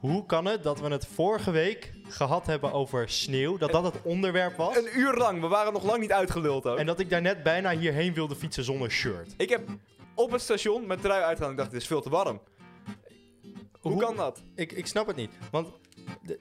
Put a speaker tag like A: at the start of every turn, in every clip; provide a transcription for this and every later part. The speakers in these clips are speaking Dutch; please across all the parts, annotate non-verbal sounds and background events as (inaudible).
A: Hoe kan het dat we het vorige week gehad hebben over sneeuw? Dat dat het onderwerp was?
B: Een uur lang, we waren nog lang niet uitgeluld ook.
A: En dat ik daarnet bijna hierheen wilde fietsen zonder shirt.
B: Ik heb op het station mijn trui uitgehaald. Ik dacht, het is veel te warm. Hoe, kan dat?
A: Ik, ik snap het niet. Want de-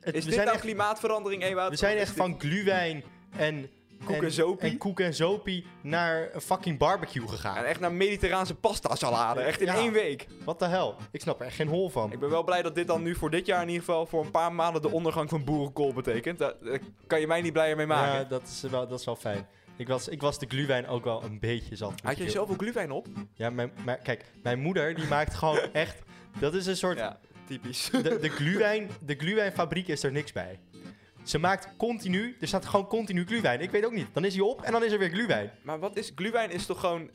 A: het- we,
B: Is dit
A: zijn
B: nou
A: echt,
B: klimaatverandering, Ewout?
A: we zijn
B: Of is
A: echt
B: dit-
A: van gluwijn en...
B: Koek en zopie.
A: En koek en zopie naar een fucking barbecue
B: En
A: gegaan.
B: echt naar mediterraanse pasta salade. Echt in
A: Ja.
B: één week.
A: Wat de hel? Ik snap er echt geen hol van.
B: Ik ben wel blij dat dit dan nu voor dit jaar in ieder geval voor een paar maanden de ondergang van boerenkool betekent. Daar, daar kan je mij niet blijer mee maken.
A: Ja, dat is wel, dat is wel fijn. Ik was, ik was de gluwijn ook wel een beetje zat.
B: Had je zoveel glühwein op?
A: Ja, mijn, maar kijk, mijn moeder die maakt gewoon echt... Dat is een soort...
B: Ja, typisch. (laughs)
A: De, de, gluwijn, de gluwijnfabriek is er niks bij. Ze maakt continu... Er staat gewoon continu gluwijn. Ik weet ook niet. Dan is hij op en dan is er weer gluwijn.
B: Maar wat is... Glühwein is toch gewoon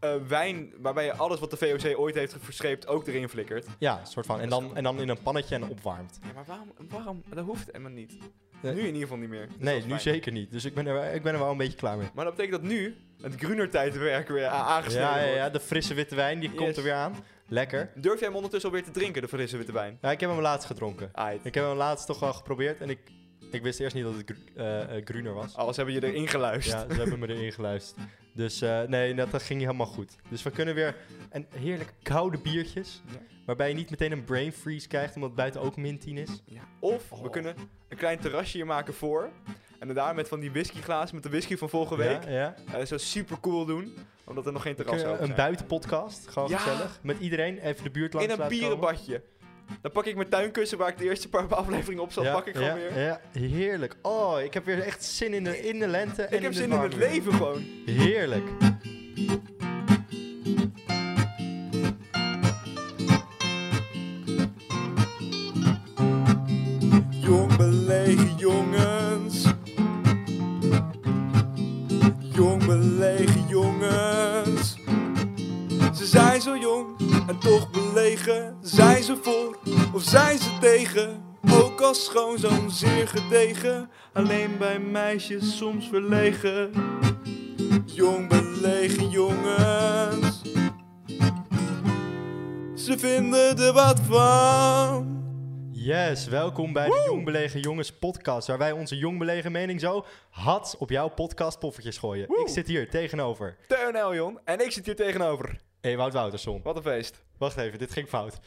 B: eh, wijn waarbij je alles wat de VOC ooit heeft verscheept ook erin flikkert.
A: Ja, soort van. En dan, en dan in een pannetje en opwarmt.
B: Ja, maar waarom, waarom? Dat hoeft helemaal niet.
A: Nee.
B: Nu in ieder geval niet meer. Dus dat
A: Nee,
B: is
A: nu
B: fijn.
A: zeker niet. Dus ik ben er, ik ben er wel een beetje klaar mee.
B: Maar dat betekent dat nu het Gruner-tijdwerk weer a- aangesneden
A: Ja, ja,
B: wordt.
A: ja, de frisse witte wijn die komt
B: Yes.
A: er weer aan. Lekker.
B: Durf jij hem ondertussen alweer te drinken, de frisse witte wijn?
A: Ja, ik heb hem laatst gedronken.
B: Aight.
A: Ik heb hem laatst toch wel geprobeerd en ik, ik wist eerst niet dat het gru- eh, eh, Gruner was.
B: Alles hebben je erin geluisterd.
A: Ja, ze hebben me erin geluisterd. Dus eh, nee, dat, dat ging helemaal goed. Dus we kunnen weer een heerlijk koude biertjes.
B: Ja.
A: Waarbij je niet meteen een brain freeze krijgt, omdat het buiten ook min 10 is.
B: Ja. Of we
A: Oh.
B: kunnen een klein terrasje hier maken voor. En daar met van die whiskyglazen, met de whisky van vorige week.
A: Ja, ja.
B: eh, zo super cool doen, omdat er nog geen terras
A: Kunnen we
B: open
A: een
B: zijn.
A: buitenpodcast, gewoon
B: Ja.
A: gezellig. Met iedereen, even de buurt langs
B: In een
A: laten komen.
B: bierenbadje. Dan pak ik mijn tuinkussen waar ik de eerste paar afleveringen op zat,
A: Ja,
B: pak ik gewoon
A: ja,
B: weer.
A: Ja, heerlijk. Oh, ik heb weer echt zin in de, in de lente. en
B: Ik heb
A: de
B: zin in het
A: warme weer.
B: leven gewoon.
A: Heerlijk.
B: Jong belegen jongens. Jong belegen jongens. Ze zijn zo jong en toch belegen. Zijn ze voor of zijn ze tegen? Ook als schoonzoon zeer gedegen. Alleen bij meisjes soms verlegen. Jong belegen jongens. Ze vinden er wat van.
A: Yes, welkom bij de Jong Belegen Jongens podcast, waar wij onze jong belegen mening zo hats op jouw podcast poffertjes gooien.
B: Woe!
A: Ik zit hier tegenover
B: Teun Eljon en ik zit hier tegenover.
A: Ewout Wouterson.
B: Wat een feest. (laughs)
A: Wacht even, dit ging fout.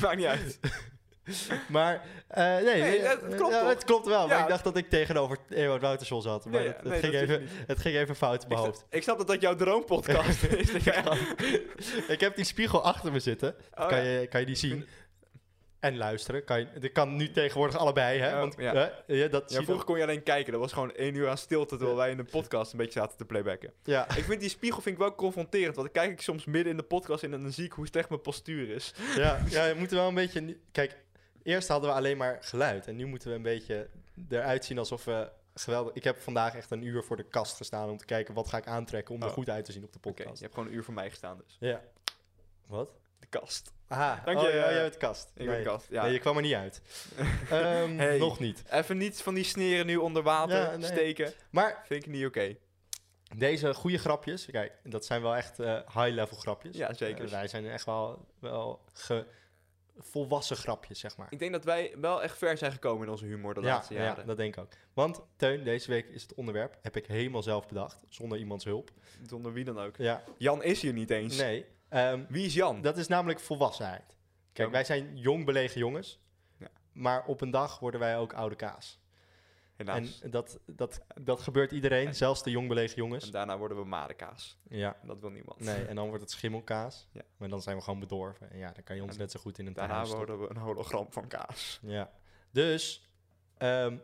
B: Maakt niet uit.
A: Maar, eh, nee,
B: Nee,
A: eh,
B: het- het klopt
A: ja,
B: toch?
A: het klopt wel, maar
B: Ja.
A: ik dacht dat ik tegenover Ewout Wouterson zat. Maar
B: Nee,
A: dat,
B: nee,
A: het, ging
B: dat is
A: even, het ging even fout in
B: Ik,
A: mijn hoofd. (laughs)
B: ik snap dat dat jouw droompodcast is. Oh, Dat jij-
A: Ik heb die spiegel achter me zitten,
B: Oh,
A: kan,
B: ja.
A: je, kan je die zien? En luisteren, kan je, dat kan nu tegenwoordig allebei, hè?
B: Ja,
A: Want,
B: ja.
A: eh, ja, dat
B: Ja,
A: zie je
B: vroeger kon je alleen kijken. Dat was gewoon één uur aan stilte terwijl wij in de podcast een beetje zaten te playbacken.
A: dan- ja.
B: Ik vind die spiegel vind ik wel confronterend. Want dan kijk ik soms midden in de podcast in en dan zie ik hoe slecht mijn postuur is.
A: Ja, ja, we moeten wel een beetje. nu- Kijk, eerst hadden we alleen maar geluid. En nu moeten we een beetje eruit zien alsof we. Geweldig. Ik heb vandaag echt een uur voor de kast gestaan om te kijken wat ga ik aantrekken om er
B: Oh.
A: goed uit te zien op de
B: Oké,
A: podcast.
B: je hebt gewoon een uur voor mij gestaan dus.
A: Ja. Wat?
B: De kast.
A: Aha,
B: Dank
A: oh,
B: je,
A: ja,
B: eh,
A: jij bent kast.
B: Ik ben
A: Nee.
B: de kast, ja.
A: Nee, je kwam er niet
B: (laughs)
A: uit. Ehm,
B: Hey.
A: Nog niet.
B: Even niet van die sneren nu onder water
A: Ja, nee.
B: steken.
A: Maar
B: Vind ik niet oké.
A: deze goede grapjes, kijk, dat zijn wel echt eh, high-level grapjes.
B: Ja, zeker.
A: Eh, wij zijn echt wel, wel ge- volwassen grapjes, zeg maar.
B: Ik denk dat wij wel echt ver zijn gekomen in onze humor de
A: Ja,
B: laatste jaren.
A: ja, dat denk ik ook. Want Teun, deze week is het onderwerp, heb ik helemaal zelf bedacht, zonder iemands hulp.
B: Zonder wie dan ook.
A: Ja,
B: Jan is hier niet eens.
A: nee. ehm,
B: Wie is Jan?
A: dat is namelijk volwassenheid. Kijk,
B: Ja.
A: wij zijn jong belegen jongens,
B: Ja.
A: maar op een dag worden wij ook oude kaas.
B: Helaas.
A: En dat, dat, dat gebeurt iedereen, zelfs de jong belegen jongens.
B: En daarna worden we madenkaas.
A: Ja,
B: En dat wil niemand.
A: nee, en dan wordt het schimmelkaas,
B: Ja.
A: maar dan zijn we gewoon bedorven. En ja, dan kan je ons
B: En
A: net zo goed in het
B: Daarna
A: huis stoppen.
B: worden we een hologram van kaas.
A: Ja, dus ehm,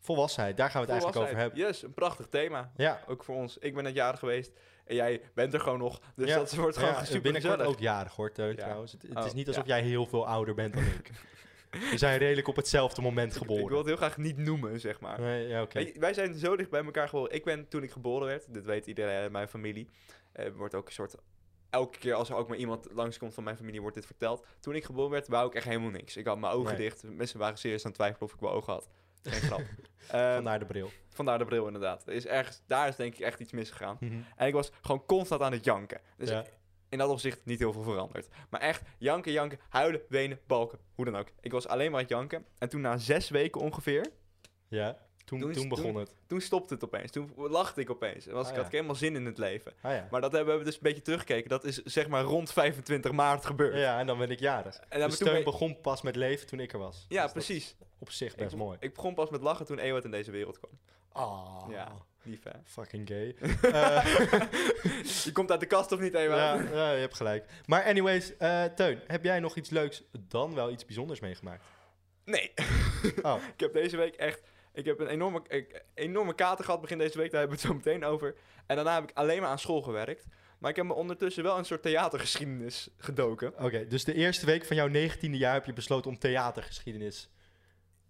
A: volwassenheid, daar gaan we het eigenlijk over hebben.
B: Yes, een prachtig thema.
A: Ja,
B: Ook voor ons. Ik ben net jarig geweest. En jij bent er gewoon nog. Dus
A: Ja,
B: dat wordt gewoon
A: Ja,
B: super
A: binnenkort
B: gezellig.
A: ook jarig hoor, Teun,
B: Ja.
A: trouwens. Het, het
B: Oh,
A: is niet alsof jij heel veel ouder bent dan
B: (laughs)
A: ik. We zijn redelijk op hetzelfde moment geboren.
B: Ik wil het heel graag niet noemen, zeg maar.
A: Nee, ja, oké.
B: Wij, wij zijn zo dicht bij elkaar geboren. Ik ben toen ik geboren werd, dit weet iedereen uit mijn familie. eh, wordt ook een soort. Elke keer als er ook maar iemand langskomt van mijn familie, wordt dit verteld. Toen ik geboren werd, wou ik echt helemaal niks. Ik had mijn ogen
A: Nee.
B: dicht. Mensen waren serieus aan het twijfelen of ik mijn ogen had. Geen
A: (laughs)
B: grap. Eh,
A: Vandaar de bril.
B: Vandaar de bril inderdaad. Er is ergens, daar is denk ik echt iets misgegaan. En ik was gewoon constant aan het janken. Dus
A: Mhm. Ja.
B: ik- in in dat opzicht niet heel veel veranderd. Maar echt, janken, janken, huilen, wenen, balken, hoe dan ook. Ik was alleen maar aan het janken. En toen na zes weken ongeveer,
A: Ja, toen,
B: Toen
A: toen,
B: is-
A: begon het.
B: toen stopte het opeens. Toen lachte ik opeens. En was,
A: Ah,
B: ik
A: ja.
B: had ik helemaal zin in het leven.
A: Ah ja.
B: Maar dat hebben we dus een beetje teruggekeken. Dat is zeg maar rond 25 maart gebeurd.
A: Ja, en dan ben ik jarig.
B: En
A: De
B: dan
A: steun
B: toen ben-
A: begon pas met leven toen ik er was.
B: Ja,
A: Dus dat
B: precies.
A: is Op zich
B: Ik,
A: best mooi.
B: ik begon pas met lachen toen Ewart in deze wereld kwam.
A: Ah,
B: Ja. Lief hè?
A: fucking
B: (laughs)
A: gay. Eh,
B: Je komt uit de kast of niet, Ewart?
A: ja, ja, je hebt gelijk. Maar anyways, eh, Teun, heb jij nog iets leuks dan wel iets bijzonders meegemaakt?
B: Nee.
A: Oh.
B: (laughs) ik heb deze week echt... Ik heb een enorme, ik- enorme kater gehad begin deze week. Daar hebben we het zo meteen over. En daarna heb ik alleen maar aan school gewerkt. Maar ik heb me ondertussen wel een soort theatergeschiedenis gedoken.
A: Oké, dus de eerste week van jouw negentiende jaar heb je besloten om theatergeschiedenis.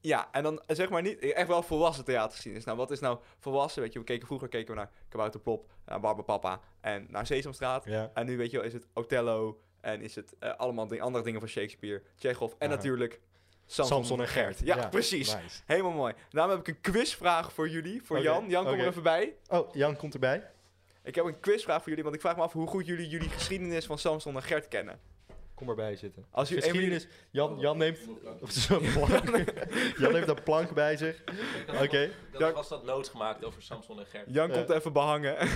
B: Ja, en dan eh, zeg maar niet... Echt wel volwassen theatergeschiedenis. Nou, wat is nou volwassen? Weet je, we keken, vroeger keken we naar Kabouterplop, naar Barbapapa en naar Sesamstraat.
A: Ja.
B: En nu weet je wel, is het Othello en is het eh, allemaal ding, andere dingen van Shakespeare, Chekhov en
A: Aha.
B: natuurlijk Samson, en Gert. Ja, precies.
A: nice.
B: Helemaal mooi. Daarom heb ik een quizvraag voor jullie, voor
A: Oké,
B: Jan. Jan, kom
A: oké.
B: er even bij.
A: Oh, Jan komt erbij.
B: Ik heb een quizvraag voor jullie, want ik vraag me af hoe goed jullie jullie geschiedenis van Samson en Gert kennen.
A: Kom erbij zitten.
B: Als u
A: Geschiedenis. Jan, Jan neemt. (laughs) Zo'n
B: (laughs)
A: plank. Jan heeft een plank bij zich. Oké,
C: eh, Dat
B: Ja.
C: was dat noodgemaakt over Samson en Gert.
B: Jan
A: Eh.
B: komt even behangen. (laughs)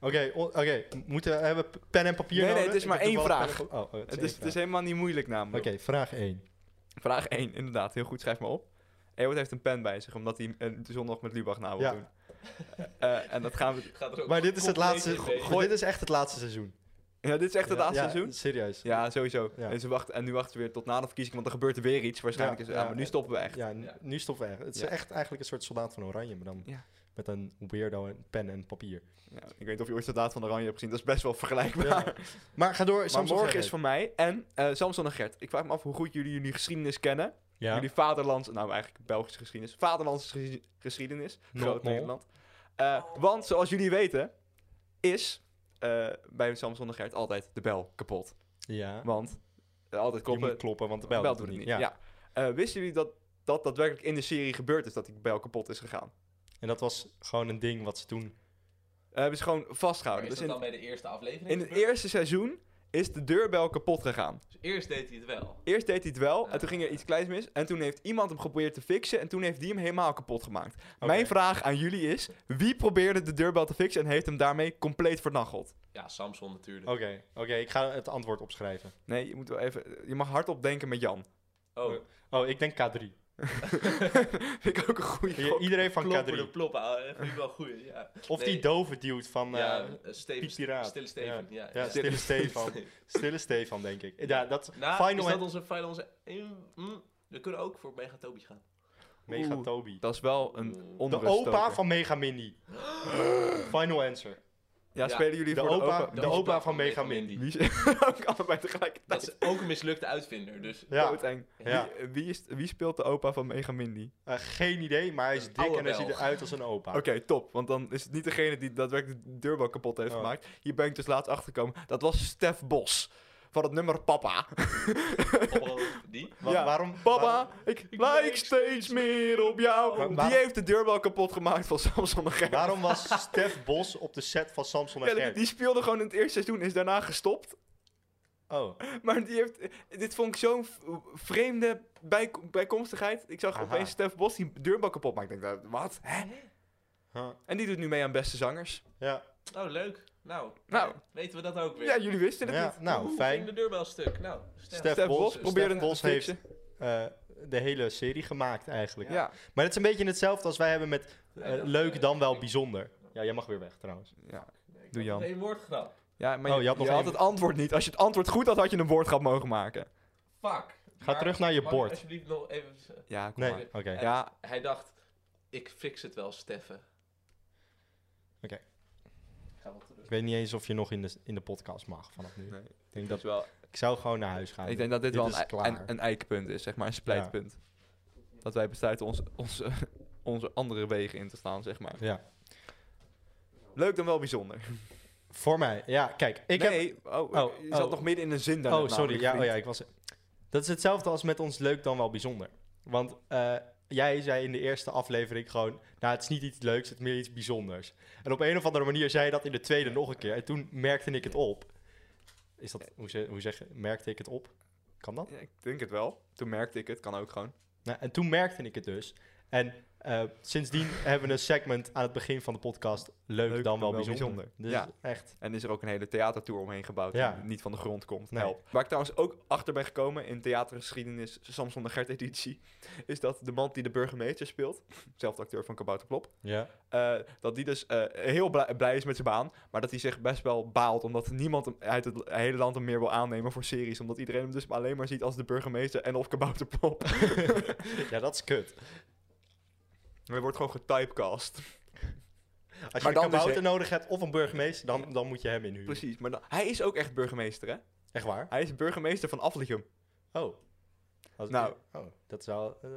A: oké, o- oké. Moeten we hebben we pen en papier
B: Nee, nee,
A: nodig?
B: het is
A: Ik
B: maar
A: heb
B: één
A: toevallig
B: vraag.
A: pen en pa- Oh, het is,
B: het, is,
A: één
B: het is
A: vraag.
B: helemaal niet moeilijk namelijk.
A: Oké, vraag 1.
B: Vraag 1, inderdaad. Heel goed, schrijf maar op. Ewart heeft een pen bij zich, omdat hij een zondag met Lubach na wil
A: Ja.
B: doen. Eh, en dat gaan we...
C: Gaat er ook
A: Maar dit is het
C: compleet
A: laatste.
C: in mee.
A: go- Dit is echt het laatste seizoen.
B: Ja, dit is echt het
A: Ja,
B: laatste
A: ja,
B: seizoen.
A: Serieus.
B: Ja, sowieso.
A: Ja.
B: En, ze wachten, en nu wachten ze weer tot na de verkiezing, want er gebeurt er weer iets. Waarschijnlijk
A: Ja,
B: is ja,
A: ja.
B: maar nu stoppen we echt.
A: Ja, n-
C: Ja.
A: nu stoppen we echt. Het is
B: Ja.
A: echt eigenlijk een soort soldaat van Oranje, maar dan
B: Ja.
A: met een weirdo en pen en papier.
B: Ja, ik weet niet of je ooit Soldaat van Oranje hebt gezien, dat is best wel vergelijkbaar. (laughs)
A: Ja. Maar ga door.
B: Maar
A: Samson
B: morgen
A: Gerrit.
B: is van mij en eh, Samson en Gert. Ik vraag me af hoe goed jullie jullie geschiedenis kennen.
A: ja.
B: Jullie vaderlands, nou eigenlijk Belgische geschiedenis. Vaderlandse geschi- geschiedenis,
A: Not
B: groot
A: mol.
B: Nederland. Eh, want zoals jullie weten, is eh, bij Samson en Gert altijd de bel kapot.
A: Ja.
B: Want eh, altijd
A: Je
B: kloppen,
A: moet kloppen, want de
B: bel,
A: bel,
B: doet het niet. Ja.
A: Ja.
B: Eh, wisten jullie dat dat daadwerkelijk in de serie gebeurd is, dat die bel kapot is gegaan?
A: En dat was gewoon een ding wat ze toen.
B: Eh, hebben ze gewoon
C: Maar
B: vastgehouden.
C: is
B: Dus
C: dat
B: in,
C: dan bij de eerste aflevering?
B: in het eerste seizoen is de deurbel kapot gegaan.
C: Dus eerst deed hij het wel.
B: Eerst deed hij het wel en toen ging er iets kleins mis. En toen heeft iemand hem geprobeerd te fixen en toen heeft die hem helemaal kapot gemaakt. Mijn vraag aan jullie is, wie probeerde de deurbel te fixen en heeft hem daarmee compleet vernacheld?
C: Ja, Samson natuurlijk.
A: Oké, oké, ik ga het antwoord opschrijven.
B: Nee, je, moet wel even, je mag hardop denken met Jan. (laughs)
C: Oh,
A: Eh, Oh, ik denk K3.
B: Vind ik ook een goede
A: I- Iedereen van
C: kloppen de
A: K3.
C: ploppen. ah, Dat vind ik wel goed. Ja,
A: Of die
C: Nee.
A: dove dude van.
C: ja
A: eh,
C: eh, Steven,
A: Piet Piraat.
C: Stille Steven. Ja, (laughs)
A: ja, Stille Stefan. Stille Stefan, denk ik. Ja, dat
C: Nou,
A: Final
C: is dat
A: en-
C: onze final? Onze... Mm, mm, we kunnen ook voor Megatopie gaan. Mm.
A: Mega
B: Oeh,
A: Toby.
B: Dat is wel een
A: De
B: onruststoker.
A: opa van Mega Mini. Final answer.
B: Ja,
C: Ja,
B: spelen jullie
A: De
B: voor
A: opa,
B: de opa?
A: de opa van Mega Mini.
B: Wie is... (laughs) ook allebei tegelijkertijd.
C: Dat is ook een mislukte uitvinder, dus...
A: (laughs) Ja,
B: Doodeng.
A: Ja.
B: Wie, wie, is, wie speelt de opa van Mega Mindy?
A: eh, geen idee, maar hij is dik
C: Oude
A: en hij ziet
C: Belg.
A: eruit als een opa.
B: Oké, top. Want dan is het niet degene die daadwerkelijk de deurbel kapot heeft
A: Oh.
B: gemaakt. Hier ben ik dus laatst achtergekomen. Dat was Stef Bos. Van het nummer Papa.
C: Oh, die?
A: Wa-
B: Ja.
A: Waarom?
B: Papa,
A: waarom-
B: ik, lijk steeds meer op jou.
A: Maar waar-
B: Die heeft de deurbel kapot gemaakt van Samson en Gert.
A: Waarom was Stef Bos op de set van Samson en
B: Ja, die,
A: Gert?
B: die speelde gewoon in het eerste seizoen, is daarna gestopt. (laughs)
A: Oh,
B: Maar die heeft, dit vond ik zo'n v- vreemde bij, bijkomstigheid. Ik zag
A: Aha.
B: opeens Stef Bos die deurbel kapot maken. Ik denk, wat? Hè?
A: huh.
B: En die doet nu mee aan Beste Zangers.
A: ja.
C: Oh, leuk. Nou,
B: Nou.
C: weten we dat ook weer.
B: Ja, jullie wisten het
A: ja,
B: niet.
A: nou,
C: Ging
A: fijn.
C: de deurbel stuk. Nou, Stef.
A: Stef
B: Stef
A: Bos,
B: Bos
A: Stef
B: probeerde het
A: Bos
B: te fixen.
A: eh, de hele serie gemaakt eigenlijk.
B: Ja.
A: Maar het is een beetje hetzelfde als wij hebben met eh,
C: Nee, dat-
A: leuk dan wel bijzonder. Ja, jij mag weer weg trouwens.
B: ja.
C: Ik
B: Doe
C: had
B: Jan.
C: Geen woordgrap.
B: Ja, maar
A: Oh,
B: je,
A: je had
B: je
A: nog
B: had,
A: één.
B: het antwoord niet. Als je het antwoord goed had, had je een woordgrap mogen maken.
C: Fuck.
A: Ga terug naar je
C: mag ik
A: bord.
C: alsjeblieft nog even...
B: Ja, kom
A: Nee,
B: maar.
A: oké.
C: Ja.
B: Ja,
C: Hij dacht, ik fix het wel, Steffen.
A: Oké.
C: Ik Ga wel terug.
A: Ik weet niet eens of je nog in de, in de podcast mag vanaf nu.
B: Nee.
A: Ik, denk
B: dat
A: dat,
B: is wel,
A: ik zou gewoon naar huis gaan.
B: ik denk dat dit, wel
A: is
B: een,
A: klaar.
B: ei- een, een eikpunt is, zeg maar, een splijtpunt. Dat wij besluiten onze, onze, (laughs) onze andere wegen in te staan, zeg maar.
A: Ja.
B: Leuk dan wel bijzonder.
A: Voor mij, ja, kijk. Ik heb...
B: nee, oh,
A: oh,
B: je zat
A: oh.
B: nog midden in een zin daarna.
A: Oh, sorry.
B: namelijk,
A: Ja, oh,
B: vriend.
A: ja, ik was... Dat is hetzelfde als met ons leuk dan wel bijzonder. Want eh, jij zei in de eerste aflevering gewoon... Nou, het is niet iets leuks, het is meer iets bijzonders. En op een of andere manier zei je dat in de tweede nog een keer. En toen merkte ik het op. Is dat, hoe, ze, hoe zeg je, merkte ik het op? Kan dat?
B: Ja, ik denk het wel. Toen merkte ik het, kan ook gewoon.
A: Nou, en toen merkte ik het dus. En eh, (laughs) sindsdien hebben we een segment aan het begin van de podcast. Leuk,
B: Leuk,
A: dan wel bijzonder. Dus
B: Ja.
A: echt.
B: En is er ook een hele theatertour omheen gebouwd
A: Ja.
B: die niet van de grond komt.
A: Nee.
B: Help. Waar ik trouwens ook achter ben gekomen in theatergeschiedenis, Samson de Gert editie, is dat de man die de burgemeester speelt, (laughs) zelfde acteur van Kabouterplop,
A: Ja.
B: eh, dat die dus eh, heel blij, blij is met zijn baan, maar dat hij zich best wel baalt omdat niemand hem uit het hele land hem meer wil aannemen voor series, omdat iedereen hem dus alleen maar ziet als de burgemeester en of Kabouterplop.
A: ja, dat is kut.
B: (laughs) Hij wordt gewoon getypecast.
A: Als je
B: Maar
A: een
B: dan dus,
A: kabouter
B: hè?
A: nodig hebt of een burgemeester, dan, dan moet je hem inhuren.
B: Precies, maar dan- hij is ook echt burgemeester, hè?
A: Echt waar?
B: Hij is burgemeester van Aflicum.
A: Oh. Als-
B: Nou.
A: Oh, dat is wel... eh,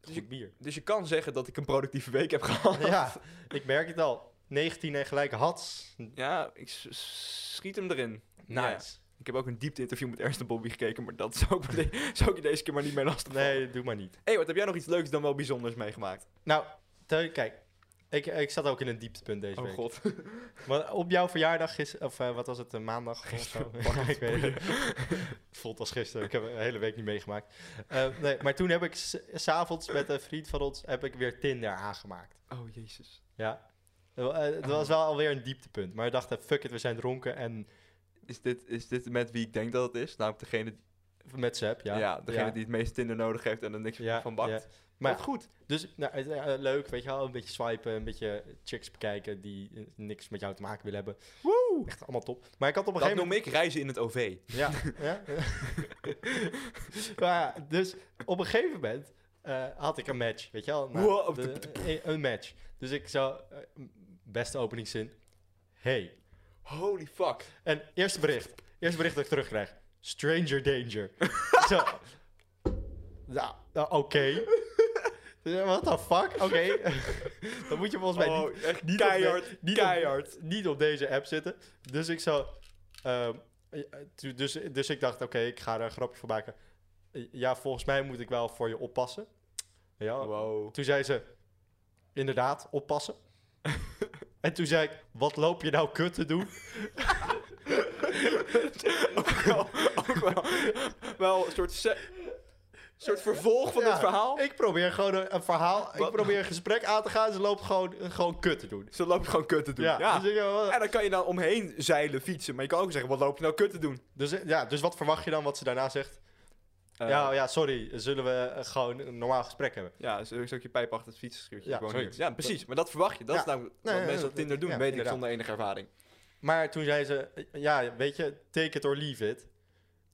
B: Dus
A: goed
B: (laughs)
A: bier.
B: Dus je kan zeggen dat ik een productieve week heb (laughs) gehad.
A: ja, ik merk het al. 19 en gelijk hats.
B: Ja, ik s- s- schiet hem erin.
A: Nice.
B: Ik heb ook een diepte interview met Ernst en Bobby gekeken, maar dat (laughs) zou ik, me de- zou ik je deze keer maar niet mee lastig
A: Nee, doe maar niet.
B: hey, wat heb jij nog iets leuks dan wel bijzonders meegemaakt?
A: Nou, Teun, kijk. Ik, ik zat ook in een dieptepunt deze
B: oh
A: week.
B: god. (laughs)
A: Maar op jouw verjaardag is, of eh, wat was het, eh, maandag of zo? (laughs) ik weet het. Voelt als gisteren, ik heb een hele week niet meegemaakt. Eh, nee, maar toen heb ik s- s'avonds met een vriend van ons, heb ik weer Tinder aangemaakt.
B: Oh jezus.
A: Ja. Eh, het was
B: Ah.
A: wel alweer een dieptepunt, maar we dachten, fuck it, we zijn dronken en
B: Is dit, is dit met wie ik denk dat het is? Namelijk degene,
A: met Zep, ja.
B: ja, degene die het meest Tinder nodig heeft en er niks
A: Ja,
B: van bakt.
A: ja.
B: Maar
A: Maar-
B: goed.
A: Dus nou, het, eh, leuk, weet je wel, een beetje swipen, een beetje chicks bekijken die eh, niks met jou te maken willen hebben.
B: Woe!
A: Echt allemaal top. Maar ik had op een
B: Dat
A: gegeven moment...
B: noem ik reizen in het OV.
A: Ja, ja. (laughs) maar ja, dus op een gegeven moment eh, had ik een match, weet je wel? Nou,
B: Wow.
A: de- een- een match. Dus ik zou, eh, beste openingszin, hey.
B: Holy fuck.
A: En eerste bericht, eerste bericht dat ik terugkrijg, stranger danger.
B: (laughs)
A: Zo, nou, nou, oké. Ja, What the fuck? Oké.
B: (laughs)
A: Dan moet je volgens mij niet
B: Oh, echt
A: niet op
B: keihard.
A: de- niet
B: keihard.
A: Op, niet op deze app zitten. Dus ik zou... ehm, eh, tu- dus, dus ik dacht, oké, ik ga er een grapje van maken. Eh, Ja, volgens mij moet ik wel voor je oppassen. Ja.
B: Wow.
A: Toen zei ze, inderdaad,
B: (laughs)
A: oppassen. en toen zei ik, wat loop je nou kut te doen?
B: ook wel, ook wel, wel een soort, se- soort vervolg van
A: Ja,
B: dit verhaal.
A: Ik probeer gewoon een, een verhaal, ik
B: Wat-
A: probeer een gesprek aan te gaan. Ze loopt gewoon, gewoon kut te doen.
B: Ze loopt gewoon kut te doen. Ja.
A: Dus, ik, eh, wat-
B: En dan kan je dan omheen zeilen, fietsen. Maar je kan ook zeggen, wat loop je nou kut te doen?
A: dus, eh, ja, dus wat verwacht je dan wat ze daarna zegt?
B: Eh,
A: ja, ja, sorry, zullen we eh, gewoon een normaal gesprek hebben?
B: ja, zo zo ook je pijp achter het fietsschuurtje.
A: Ja,
B: gewoon
A: zoiets.
B: hier. ja, precies. Maar dat verwacht je. Dat
A: Ja.
B: is nou wat
A: Nee, nee,
B: mensen
A: dat-
B: op Tinder doen,
A: ja,
B: weet ik,
A: inderdaad.
B: zonder enige ervaring.
A: Maar toen zei ze, eh, ja, weet je, take it or leave it.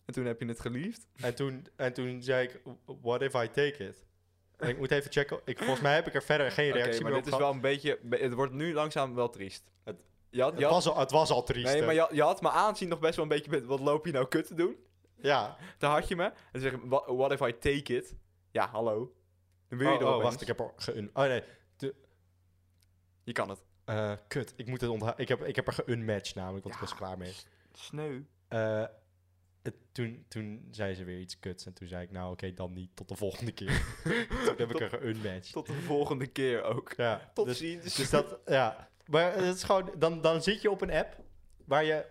B: En toen heb je het geliefd.
A: En toen, en toen zei ik, what if I take it? En ik moet even checken. Ik, volgens mij heb ik er verder geen
B: Oké,
A: reactie
B: maar
A: meer
B: dit
A: op
B: is
A: gehad.
B: wel een beetje... be- Het wordt nu langzaam wel triest.
A: Het-
B: je had, je
A: het,
B: had-
A: was al, het was al triest.
B: nee,
A: hè.
B: maar je, had- je had me aanzien nog best wel een beetje met... Wat loop je nou kut te doen?
A: ja.
B: Daar had je me. En dan zeg je, "Wha- what if I take it? Ja, hallo. Dan wil je
A: oh,
B: er
A: oh,
B: opeens.
A: wacht, ik heb er geun... Oh, nee.
B: Je kan het.
A: Eh, kut, ik moet het onthouden. Ik heb, ik heb er geunmatched namelijk, want ik was er klaar mee.
B: Sneu.
A: Eh, het- toen, toen zei ze weer iets kuts. En toen zei ik, nou oké, dan niet. Tot de volgende keer. (laughs) toen heb ik er geunmatched.
B: (laughs) Tot de volgende keer ook.
A: Ja,
B: Tot
A: dus-
B: ziens.
A: Dus dat, ja. Maar het is gewoon, dan, dan zit je op een app waar je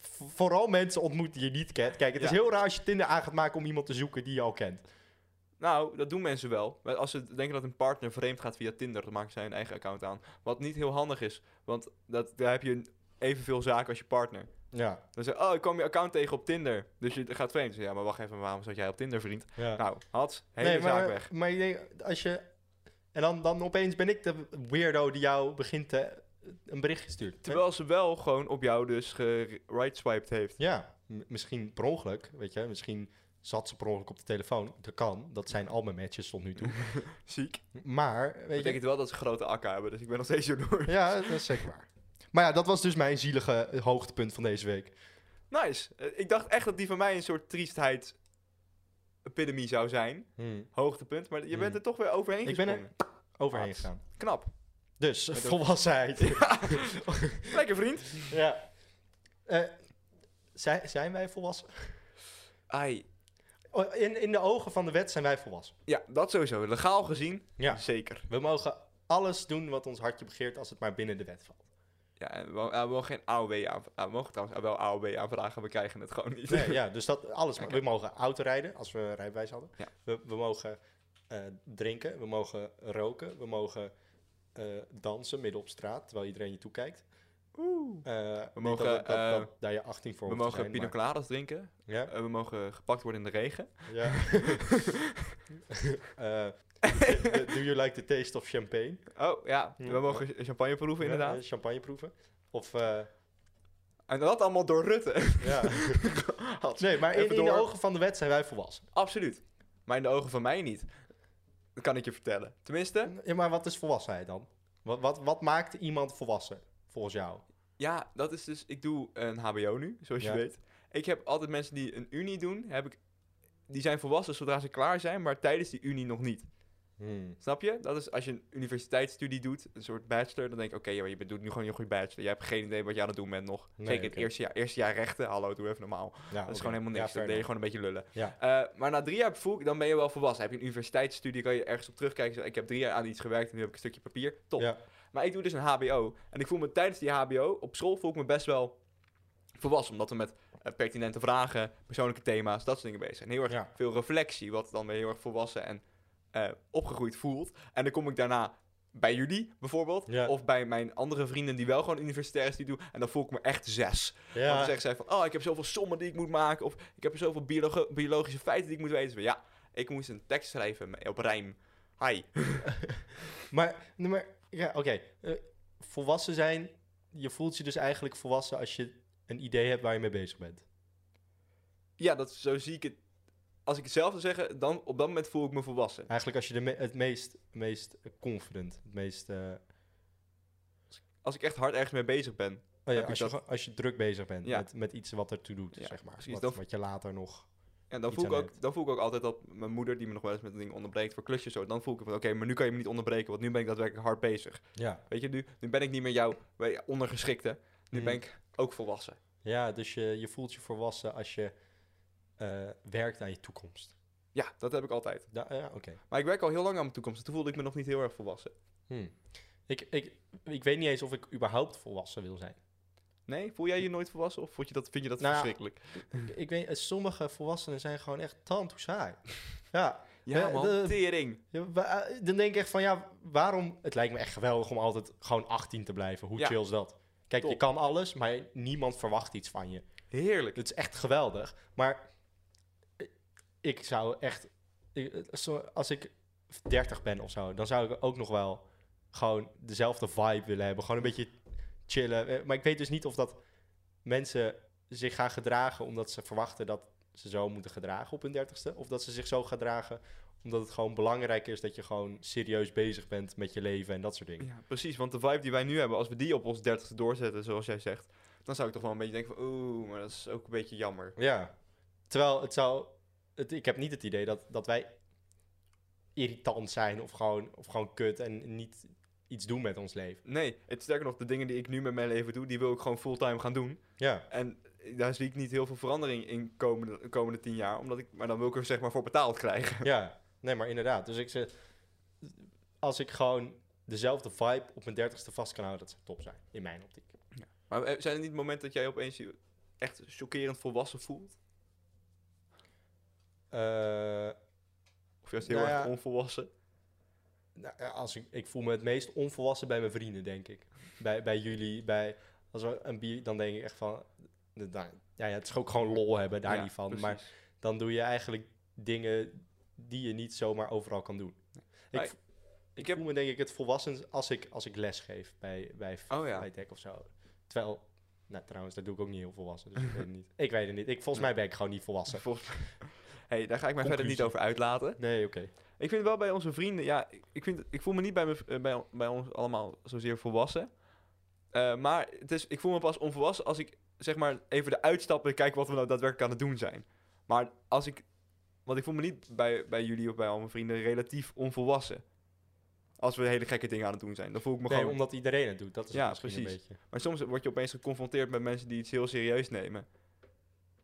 A: v- vooral mensen ontmoet die je niet kent. Kijk, het is
B: Ja.
A: heel raar als je Tinder aan gaat maken om iemand te zoeken die je al kent.
B: Nou, dat doen mensen wel. Maar als ze denken dat een partner vreemd gaat via Tinder, dan maken zij een eigen account aan. Wat niet heel handig is, want dat, daar heb je evenveel zaken als je partner.
A: Ja.
B: Dan zeg je, oh, ik kwam je account tegen op Tinder. Dus je gaat vreemd. Ja, maar wacht even, waarom zat jij op Tinder, vriend? Nou, had, hele
A: nee,
B: zaak
A: maar,
B: weg.
A: maar ik denk, als je... En dan, dan opeens ben ik de weirdo die jou begint te, een berichtje stuurt.
B: Terwijl ze wel gewoon op jou dus gerightswiped heeft.
A: Ja, m- misschien per ongeluk, weet je. Misschien zat ze per ongeluk op de telefoon. Dat kan, dat zijn al mijn matches tot nu toe.
B: (laughs) Ziek.
A: Maar, weet je...
B: Betekent wel dat ze grote akken hebben, dus ik ben nog steeds jaloers. (laughs)
A: Ja, dat is zeker waar. Maar ja, dat was dus mijn zielige hoogtepunt van deze week.
B: Nice. Eh, Ik dacht echt dat die van mij een soort triestheid epidemie zou zijn. Hoogtepunt, maar je bent
A: Hmm.
B: er toch weer overheen
A: Ik ben er-
B: gesprongen.
A: Overheen
B: Wat?
A: gegaan.
B: Knap.
A: Dus, (laughs)
B: dat-
A: volwassenheid.
B: (laughs) Lekker vriend.
A: ja. Eh, zijn, zijn wij volwassen?
B: Ai.
A: Oh, In, in de ogen van de wet zijn wij volwassen.
B: Ja, dat sowieso. Legaal gezien,
A: Ja.
B: zeker.
A: We mogen alles doen wat ons hartje begeert als het maar binnen de wet valt.
B: Ja, en we, eh, we mogen geen AOW aanvragen. eh, we mogen trouwens wel AOW aanvragen, maar we krijgen het gewoon (laughs) niet.
A: Nee, ja, dus dat alles.
B: Oké.
A: We mogen auto rijden als we rijbewijs hadden.
B: Ja.
A: We, we mogen eh, drinken, we mogen roken, we mogen eh, dansen midden op straat terwijl iedereen je toekijkt.
B: Oeh.
A: Eh, niet
B: mogen,
A: dat, dat,
B: eh,
A: dat daar je 18 voor
B: We
A: hoeft te
B: mogen
A: zijn, maar-
B: pina coladas drinken.
A: Ja,
B: Eh, we mogen gepakt worden in de regen. (laughs)
A: ja. (laughs) Eh, do- do you like the taste of champagne?
B: (laughs) Oh ja,
A: Ja.
B: we mogen champagne proeven
A: Ja,
B: Oh, inderdaad.
A: eh, champagne proeven. Of
B: (laughs)
A: eh,
B: En dat allemaal door Rutte. (laughs)
A: ja. nee, maar in,
B: Even
A: in de
B: door.
A: ogen van de wet zijn wij volwassen.
B: Absoluut. Maar in de ogen van mij niet. Dat kan ik je vertellen. Tenminste,
A: Ja, maar wat is volwassenheid dan? Wat, wat, wat maakt iemand volwassen volgens jou?
B: ja, dat is dus... Ik doe een hbo nu, zoals
A: Ja.
B: je weet. Ik heb altijd mensen die een unie doen, heb ik... Die zijn volwassen zodra ze klaar zijn, maar tijdens die unie nog niet. Snap je? Dat is als je een universiteitsstudie doet, een soort bachelor, dan denk ik, oké, ja, maar je bent- doet nu gewoon je goede bachelor. Je hebt geen idee wat je aan het doen bent nog.
A: Nee,
B: Zeker het
A: oké.
B: eerste jaar, eerste jaar rechten, hallo, doe even normaal.
A: Ah, Ja,
B: Dat is gewoon helemaal niks. dan deed je gewoon een beetje lullen.
A: Ja.
B: Eh, maar na drie jaar voel ik, dan ben je wel volwassen. Heb je een universiteitsstudie, kan je ergens op terugkijken. Zeggen, Ik heb drie jaar aan iets gewerkt en nu heb ik een stukje papier. Top.
A: Ja.
B: Maar ik doe dus een HBO. En ik voel me tijdens die HBO, op school voel ik me best wel volwassen. Omdat we met eh, pertinente vragen, persoonlijke thema's, dat soort dingen bezig zijn. Heel erg
A: Ja.
B: veel reflectie, wat dan weer heel erg volwassen en eh, opgegroeid voelt. En dan kom ik daarna bij jullie bijvoorbeeld.
A: Ja.
B: Of bij mijn andere vrienden die wel gewoon universitair studie doen. En dan voel ik me echt zes.
A: Ja.
B: Want dan zeggen zij van, oh, ik heb zoveel sommen die ik moet maken. Of ik heb zoveel biologe- biologische feiten die ik moet weten. Maar ja, ik moest een tekst schrijven me- op rijm. Hi.
A: Maar, nee, maar ja, oké. Eh, volwassen zijn, je voelt je dus eigenlijk volwassen als je een idee hebt waar je mee bezig bent.
B: Ja, dat, zo zie ik het. Als ik het zelf zou zeggen, dan op dat moment voel ik me volwassen.
A: Eigenlijk als je de me- het meest, meest confident, het meest... eh,
B: Als ik echt hard ergens mee bezig ben.
A: oh ja,
B: ik
A: als, je,
B: dat-
A: gewoon- als je druk bezig bent
B: Ja.
A: met, met iets wat ertoe doet,
B: Ja,
A: zeg maar.
B: precies,
A: Wat,
B: dat-
A: wat je later nog...
B: En dan
A: Iets
B: voel, ik
A: aan
B: ook, dan voel ik ook altijd dat mijn moeder, die me nog wel eens met dingen onderbreekt voor klusjes, zo, dan voel ik van, oké, maar nu kan je me niet onderbreken, want nu ben ik daadwerkelijk hard bezig.
A: Ja,
B: Weet je, nu, nu ben ik niet meer jouw weet je, ondergeschikte. Nu
A: Mm.
B: ben ik ook volwassen.
A: ja dus je, je voelt je volwassen als je eh, werkt aan je toekomst.
B: Ja, dat heb ik altijd.
A: Da- ja, oké.
B: Maar ik werk al heel lang aan mijn toekomst. en Toen voelde ik me nog niet heel erg volwassen.
A: Hmm. Ik, ik, ik weet niet eens of ik überhaupt volwassen wil zijn.
B: Nee, voel jij je nooit volwassen of vond je dat, vind je dat
A: Nou ja,
B: verschrikkelijk?
A: Ik- ik weet, eh, sommige volwassenen zijn gewoon echt tandhoe saai. Ja,
B: Ja,
A: eh,
B: man.
A: de-
B: tering.
A: ja, wa- eh, dan denk ik echt van ja, waarom? Het lijkt me echt geweldig om altijd gewoon 18 te blijven. Hoe
B: Ja.
A: chill is dat? Kijk, je
B: Top.
A: kan alles, maar niemand verwacht iets van je.
B: Heerlijk.
A: Het is echt geweldig. Maar eh, ik zou echt, ik- eh, zo- als ik 30 ben of zo, dan zou ik ook nog wel gewoon dezelfde vibe willen hebben. Gewoon een beetje chillen. Eh, Maar ik weet dus niet of dat mensen zich gaan gedragen omdat ze verwachten dat ze zo moeten gedragen op hun 30ste. Of dat ze zich zo gedragen omdat het gewoon belangrijk is dat je gewoon serieus bezig bent met je leven en dat soort dingen.
B: Ja, precies. Want de vibe die wij nu hebben, als we die op ons dertigste doorzetten, zoals jij zegt, dan zou ik toch wel een beetje denken van, oeh, maar dat is ook een beetje jammer.
A: Ja. Terwijl het zou. Het, ik heb niet het idee dat, dat wij irritant zijn of gewoon, of gewoon kut en niet iets doen met ons leven.
B: Nee, het sterker nog, de dingen die ik nu met mijn leven doe, die wil ik gewoon fulltime gaan doen.
A: Ja.
B: En daar zie ik niet heel veel verandering in komende, komende tien jaar, omdat ik, maar dan wil ik er zeg maar voor betaald krijgen.
A: (laughs) Ja. Nee, maar inderdaad. Dus ik zeg. Als ik gewoon dezelfde vibe op mijn dertigste vast kan houden, dat zou top zijn. In mijn optiek.
B: Maar eh, zijn er niet momenten dat jij opeens je echt chockerend volwassen voelt?
A: Eh,
B: Of juist heel
A: Nou
B: erg
A: ja.
B: onvolwassen?
A: Nou, ja, als ik, ik voel me het meest onvolwassen bij mijn vrienden, denk ik. Bij, bij jullie, bij, als we een bier, dan denk ik echt van... de- nou, ja, ja, het is ook gewoon lol hebben, daar
B: Ja,
A: niet van.
B: precies.
A: Maar dan doe je eigenlijk dingen die je niet zomaar overal kan doen. Ik,
B: Maar
A: vo-
B: ik
A: ik
B: heb-
A: voel me denk ik het volwassen als ik, als ik les geef bij, bij,
B: Oh ja.
A: bij tech of zo. Terwijl, nou trouwens, dat doe ik ook niet heel volwassen. Dus ik weet het niet. Ik weet het niet. Ik, volgens mij ben ik gewoon niet volwassen.
B: Volgens mij- (laughs) hey, daar ga ik mij verder niet
A: Conclusie.
B: over uitlaten.
A: Nee, oké.
B: Ik vind wel bij onze vrienden, ja, ik- ik, vind, ik voel me niet bij, me, eh, bij, bij ons allemaal zozeer volwassen. Eh, maar het is, ik voel me pas onvolwassen als ik zeg maar even de uitstappen en kijk wat we nou daadwerkelijk aan het doen zijn. Maar als ik, want ik voel me niet bij, bij jullie of bij al mijn vrienden relatief onvolwassen. Als we hele gekke dingen aan het doen zijn. Dan voel ik me
A: Nee,
B: gewoon.
A: omdat iedereen het doet. Dat is
B: Ja,
A: het misschien
B: precies.
A: een beetje.
B: Maar soms word je opeens geconfronteerd met mensen die iets heel serieus nemen.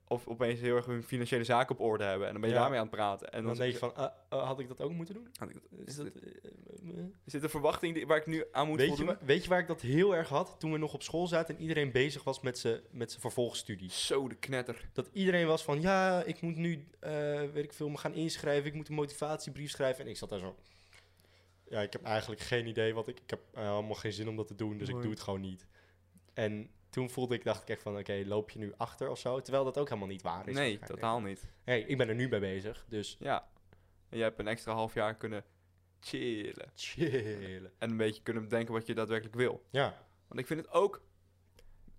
B: of opeens heel erg hun financiële zaken op orde hebben. En dan ben je
A: Ja.
B: daarmee aan het praten. En
A: En
B: dan,
A: dan
B: zeg
A: denk je van, ah, ah, had ik dat ook moeten doen?
B: Had ik
A: Is dat, eh, eh,
B: Is dit een verwachting die, waar ik nu aan moet
A: weet, je,
B: voldoen?
A: wa- weet je waar ik dat heel erg had? Toen we nog op school zaten en iedereen bezig was met zijn met z'n vervolgstudies.
B: Zo, de knetter.
A: Dat iedereen was van, ja, ik moet nu, eh, weet ik veel, me gaan inschrijven. Ik moet een motivatiebrief schrijven. En ik zat daar zo... Ja, ik heb eigenlijk geen idee wat ik... Ik heb eh, helemaal geen zin om dat te doen, dus ik
B: Mooi.
A: doe het gewoon niet. En toen voelde ik, dacht ik echt van, oké, loop je nu achter of zo? Terwijl dat ook helemaal niet waar is.
B: Nee,
A: waarschijnlijk.
B: totaal niet.
A: Hey, ik ben er nu bij bezig, dus
B: Ja. En jij hebt een extra half jaar kunnen chillen.
A: chillen.
B: En een beetje kunnen bedenken wat je daadwerkelijk wil.
A: Ja,
B: Want ik vind het ook.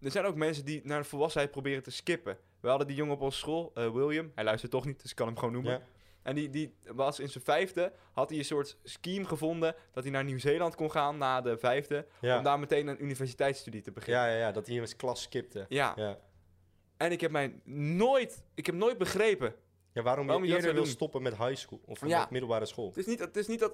B: Er zijn ook mensen die naar de volwassenheid proberen te skippen. We hadden die jongen op onze school, eh, William. Hij luistert toch niet, dus ik kan hem gewoon noemen.
A: Ja.
B: En die, die was in zijn vijfde, had hij een soort scheme gevonden dat hij naar Nieuw-Zeeland kon gaan na de vijfde.
A: ja.
B: Om daar meteen een universiteitsstudie te beginnen.
A: Ja, ja, ja, dat hij eens klas skipte.
B: Ja.
A: Ja.
B: En ik heb mij nooit, ik heb nooit begrepen.
A: Ja, waarom,
B: Waarom je
A: je eerder
B: dat zou
A: wil
B: doen?
A: stoppen met high school of
B: Ja.
A: met middelbare school.
B: Het is niet, het is niet dat,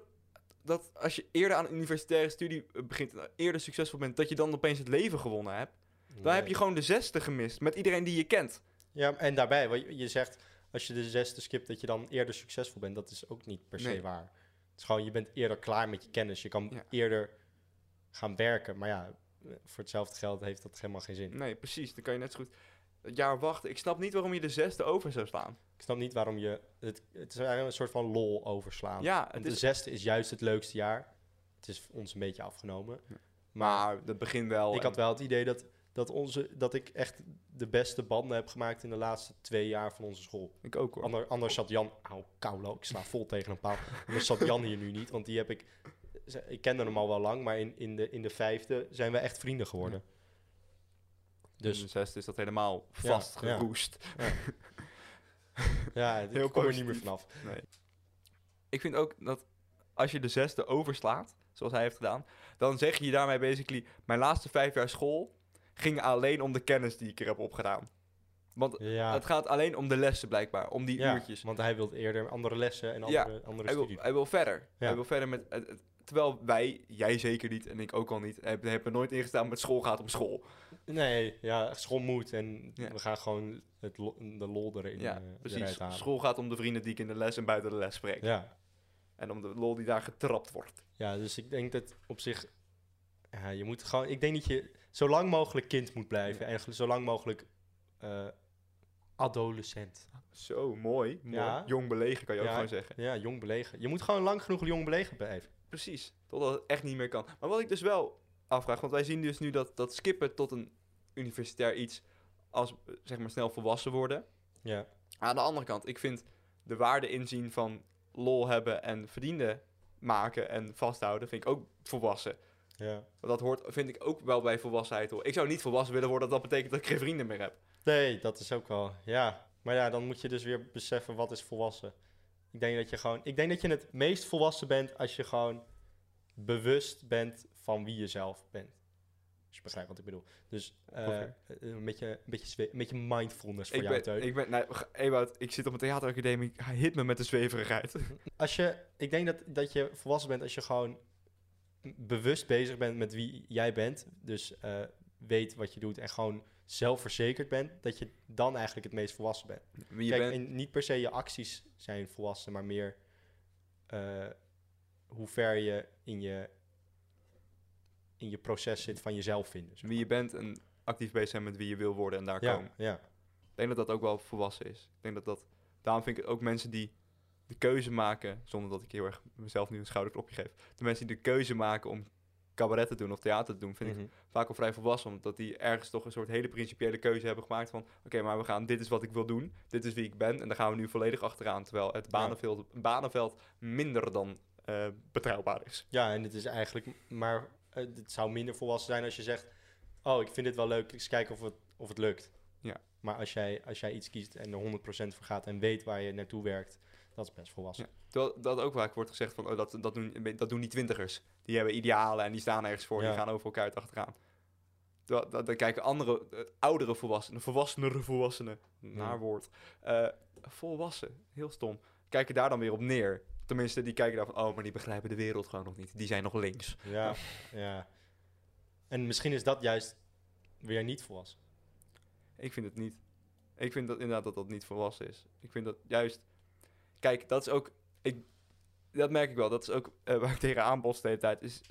B: dat als je eerder aan een universitaire studie eh, begint, en eerder succesvol bent, dat je dan opeens het leven gewonnen hebt. Dan heb je gewoon de zesde gemist met iedereen die je kent.
A: Ja, en daarbij, wat je, je zegt, als je de zesde skipt, dat je dan eerder succesvol bent. Dat is ook niet per se
B: Nee.
A: waar. Het is gewoon, je bent eerder klaar met je kennis. Je kan
B: Ja.
A: eerder gaan werken. Maar ja, voor hetzelfde geld heeft dat helemaal geen zin.
B: Nee, precies. Dan kan je net zo goed het jaar wachten. Ik snap niet waarom je de zesde over zou slaan.
A: Ik snap niet waarom je... Het, het is eigenlijk een soort van lol overslaan.
B: ja, het
A: Want de
B: is...
A: zesde is juist het leukste jaar. Het is ons een beetje afgenomen. Maar
B: Maar dat begin wel.
A: Ik
B: en-
A: had wel het idee dat, dat, onze, dat ik echt de beste banden heb gemaakt in de laatste twee jaar van onze school.
B: Ik ook hoor.
A: Ander, anders zat Jan... Au, koulo, ik sla vol tegen een paal. Anders zat Jan hier nu niet, want die heb ik... ze- Ik kende hem al wel lang, maar in, in, de, in de vijfde zijn we echt vrienden geworden.
B: Dus
A: Dus
B: de zesde is dat helemaal
A: Ja,
B: vastgeroest.
A: ja, ik
B: Heel
A: kom er
B: positief.
A: niet meer vanaf.
B: (laughs) Ik vind ook dat als je de zesde overslaat, zoals hij heeft gedaan, dan zeg je daarmee basically: mijn laatste vijf jaar school ging alleen om de kennis die ik er heb opgedaan. Want
A: Ja,
B: het gaat alleen om de lessen blijkbaar, om die
A: ja,
B: uurtjes.
A: want hij wilde eerder andere lessen en
B: Ja,
A: andere, andere
B: Hij wil,
A: studie.
B: hij wil verder.
A: Ja.
B: Hij wil verder met. het- het- terwijl wij, jij zeker niet en ik ook al niet, heb- hebben er nooit ingestaan met school gaat om school.
A: Nee, ja, school moet en
B: Ja.
A: we gaan gewoon het, lo- de lol erin
B: Ja,
A: eh,
B: precies.
A: eruit halen.
B: School gaat om de vrienden die ik in de les en buiten de les spreek.
A: Ja,
B: En om de lol die daar getrapt wordt.
A: Ja, dus ik denk dat op zich. Ja, je moet gewoon. Ik denk dat je zo lang mogelijk kind moet blijven. En gel- zo lang mogelijk eh, adolescent.
B: Zo, mooi. mooi.
A: Ja.
B: Jong belegen kan je ook
A: Ja.
B: gewoon zeggen.
A: Ja, jong belegen. Je moet gewoon lang genoeg jong belegen blijven.
B: Precies. Totdat het echt niet meer kan. Maar wat ik dus wel afvraag, want wij zien dus nu dat, dat skippen tot een universitair iets als eh, zeg maar snel volwassen worden.
A: Ja.
B: Aan de andere kant, ik vind de waarde inzien van lol hebben en verdienen maken en vasthouden, vind ik ook volwassen.
A: ja.
B: Want dat hoort, vind ik ook wel bij volwassenheid. hoor. Ik zou niet volwassen willen worden, dat dat betekent dat ik geen vrienden meer heb.
A: Nee, dat is ook wel. Ja. Maar ja, dan moet je dus weer beseffen wat is volwassen. Ik denk dat je gewoon. Ik denk dat je het meest volwassen bent als je gewoon bewust bent van wie je zelf bent. Als je begrijpt wat ik bedoel. Dus eh,
B: Ongeveer.
A: een, beetje, een, beetje, zwe- een beetje mindfulness voor
B: ik
A: jou,
B: ben,
A: Teun.
B: ik ben, nee, g- Ewout, ik zit op een theateracademie, hij hit me met de zweverigheid.
A: Als je, ik denk dat, dat je volwassen bent als je gewoon m- bewust bezig bent met wie jij bent. Dus eh, weet wat je doet en gewoon zelfverzekerd bent. Dat je dan eigenlijk het meest volwassen bent.
B: Maar je
A: Kijk,
B: bent,
A: en niet per se je acties zijn volwassen, maar meer eh, hoe ver je in je, in je proces zit van jezelf vinden. zeg
B: wie je bent en actief bezig zijn met wie je wil worden en daar
A: maar.
B: komen.
A: ja, ja,
B: Ik denk dat dat ook wel volwassen is. Ik denk dat dat, daarom vind ik het ook mensen die de keuze maken, zonder dat ik heel erg mezelf nu een schouderklopje geef. De mensen die de keuze maken om cabaret te doen of theater te doen, vind
A: Mhm.
B: ik vaak al vrij volwassen. Omdat die ergens toch een soort hele principiële keuze hebben gemaakt van, oké, maar we gaan, dit is wat ik wil doen, dit is wie ik ben. En daar gaan we nu volledig achteraan, terwijl het banenveld, banenveld minder dan eh, betrouwbaar is.
A: Ja, en het is eigenlijk, maar eh, het zou minder volwassen zijn als je zegt: Oh, ik vind dit wel leuk, eens kijken of het, of het lukt.
B: Ja.
A: Maar als jij, als jij iets kiest en er 100% voor gaat en weet waar je naartoe werkt, dat is best volwassen.
B: Terwijl dat ook vaak wordt gezegd van, oh, dat, dat, doen, dat doen die twintigers. Die hebben idealen en die staan ergens voor. Die
A: Ja.
B: gaan over elkaar uit achteraan. Terwijl, dat, dan kijken andere, eh, oudere volwassenen, volwassenere volwassenen, naar woord. eh, volwassen, heel stom. Kijken daar dan weer op neer. Tenminste, die kijken daar van, oh, maar die begrijpen de wereld gewoon nog niet. Die zijn nog links.
A: Ja, ja. En misschien is dat juist weer niet volwassen.
B: Ik vind het niet. Ik vind dat inderdaad dat dat niet volwassen is. Ik vind dat juist... Kijk, dat is ook... Ik, dat merk ik wel. Dat is ook eh, waar ik tegenaan botst de hele tijd. Is, ja,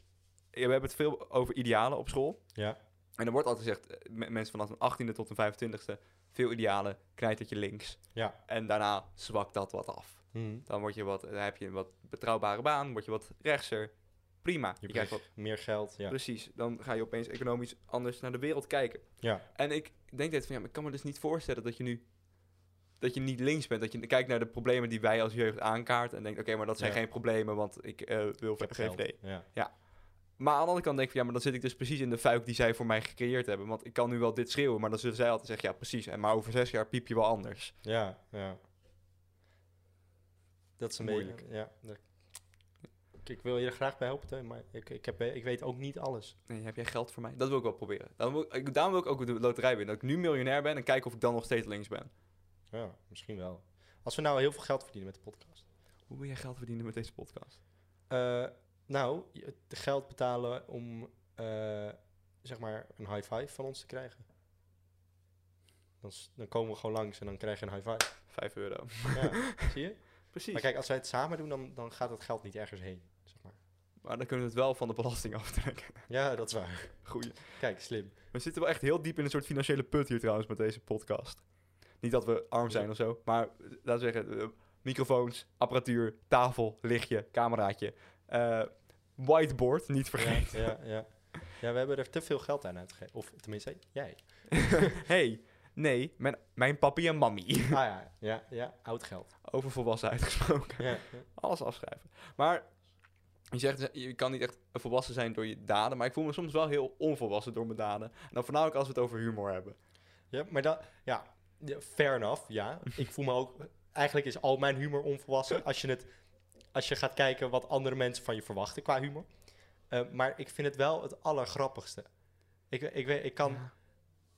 B: we hebben het veel over idealen op school.
A: Ja.
B: En er wordt altijd gezegd, eh, me- mensen vanaf een 18e tot een 25e... Veel idealen, knijtertje links.
A: Ja.
B: En daarna zwakt dat wat af.
A: Hmm.
B: Dan, word je wat, dan heb je een wat betrouwbare baan, word je wat rechtser. Prima. Je,
A: Je
B: krijgt
A: krijgt
B: wat,
A: meer geld, ja.
B: Precies. Dan ga je opeens economisch anders naar de wereld kijken.
A: Ja.
B: En ik denk dit van, ja, maar ik kan me dus niet voorstellen dat je nu... Dat je niet links bent. Dat je kijkt naar de problemen die wij als jeugd aankaarten. En denkt, oké, maar dat zijn
A: Ja.
B: geen problemen, want ik eh, wil
A: Ik heb
B: VVD.
A: geld. Ja.
B: Maar aan de andere kant denk ik van, ja, maar dan zit ik dus precies in de fuik die zij voor mij gecreëerd hebben. Want ik kan nu wel dit schreeuwen, maar dan zullen zij altijd zeggen, ja, precies. En maar over zes jaar piep je wel anders.
A: ja, ja. Dat is een
B: Moeilijk.
A: moeilijk. Ja. dat- Ik, ik wil je er graag bij helpen, Teun, maar ik, ik, heb, ik weet ook niet alles.
B: Nee, heb jij geld voor mij? Dat wil ik wel proberen. Dan wil ik, daarom wil ik ook de loterij winnen. Dat ik nu miljonair ben en kijk of ik dan nog steeds links ben.
A: Ja, misschien wel. Als we nou heel veel geld verdienen met de podcast.
B: Hoe wil jij geld verdienen met deze podcast?
A: Eh, nou, je- de geld betalen om eh, zeg maar een high five van ons te krijgen. Dan, s- dan komen we gewoon langs en dan krijg je een high
B: (laughs)
A: five.
B: Vijf euro.
A: Ja, zie je?
B: Precies.
A: Maar
B: Maar,
A: kijk, als wij het samen doen, dan, dan gaat dat geld niet ergens heen. Zeg maar.
B: dan kunnen we het wel van de belasting (laughs) aftrekken.
A: Ja, dat is waar.
B: Goeie.
A: Kijk, slim.
B: We zitten wel echt heel diep in een soort financiële put hier trouwens met deze podcast. Niet dat we arm zijn of zo, maar eh, laten we zeggen, eh, microfoons, apparatuur, tafel, lichtje, cameraatje. eh, whiteboard, niet vergeten.
A: Ja, ja, ja. ja, we hebben er te veel geld aan uitgegeven. Of tenminste, jij.
B: (laughs) hey, nee, mijn, mijn papi en mammy.
A: Ah ja, ja, ja oud geld.
B: Over volwassen uitgesproken.
A: Ja, ja.
B: Alles afschrijven. Maar je zegt, eh, je kan niet echt volwassen zijn door je daden. Maar ik voel me soms wel heel onvolwassen door mijn daden. En dan voornamelijk als we het over humor hebben.
A: Ja, maar dat, ja, ja, fair enough, ja. Ik voel me ook, eigenlijk is al mijn humor onvolwassen als je, het, als je gaat kijken wat andere mensen van je verwachten qua humor. Eh, maar ik vind het wel het allergrappigste. Ik, ik, weet, ik kan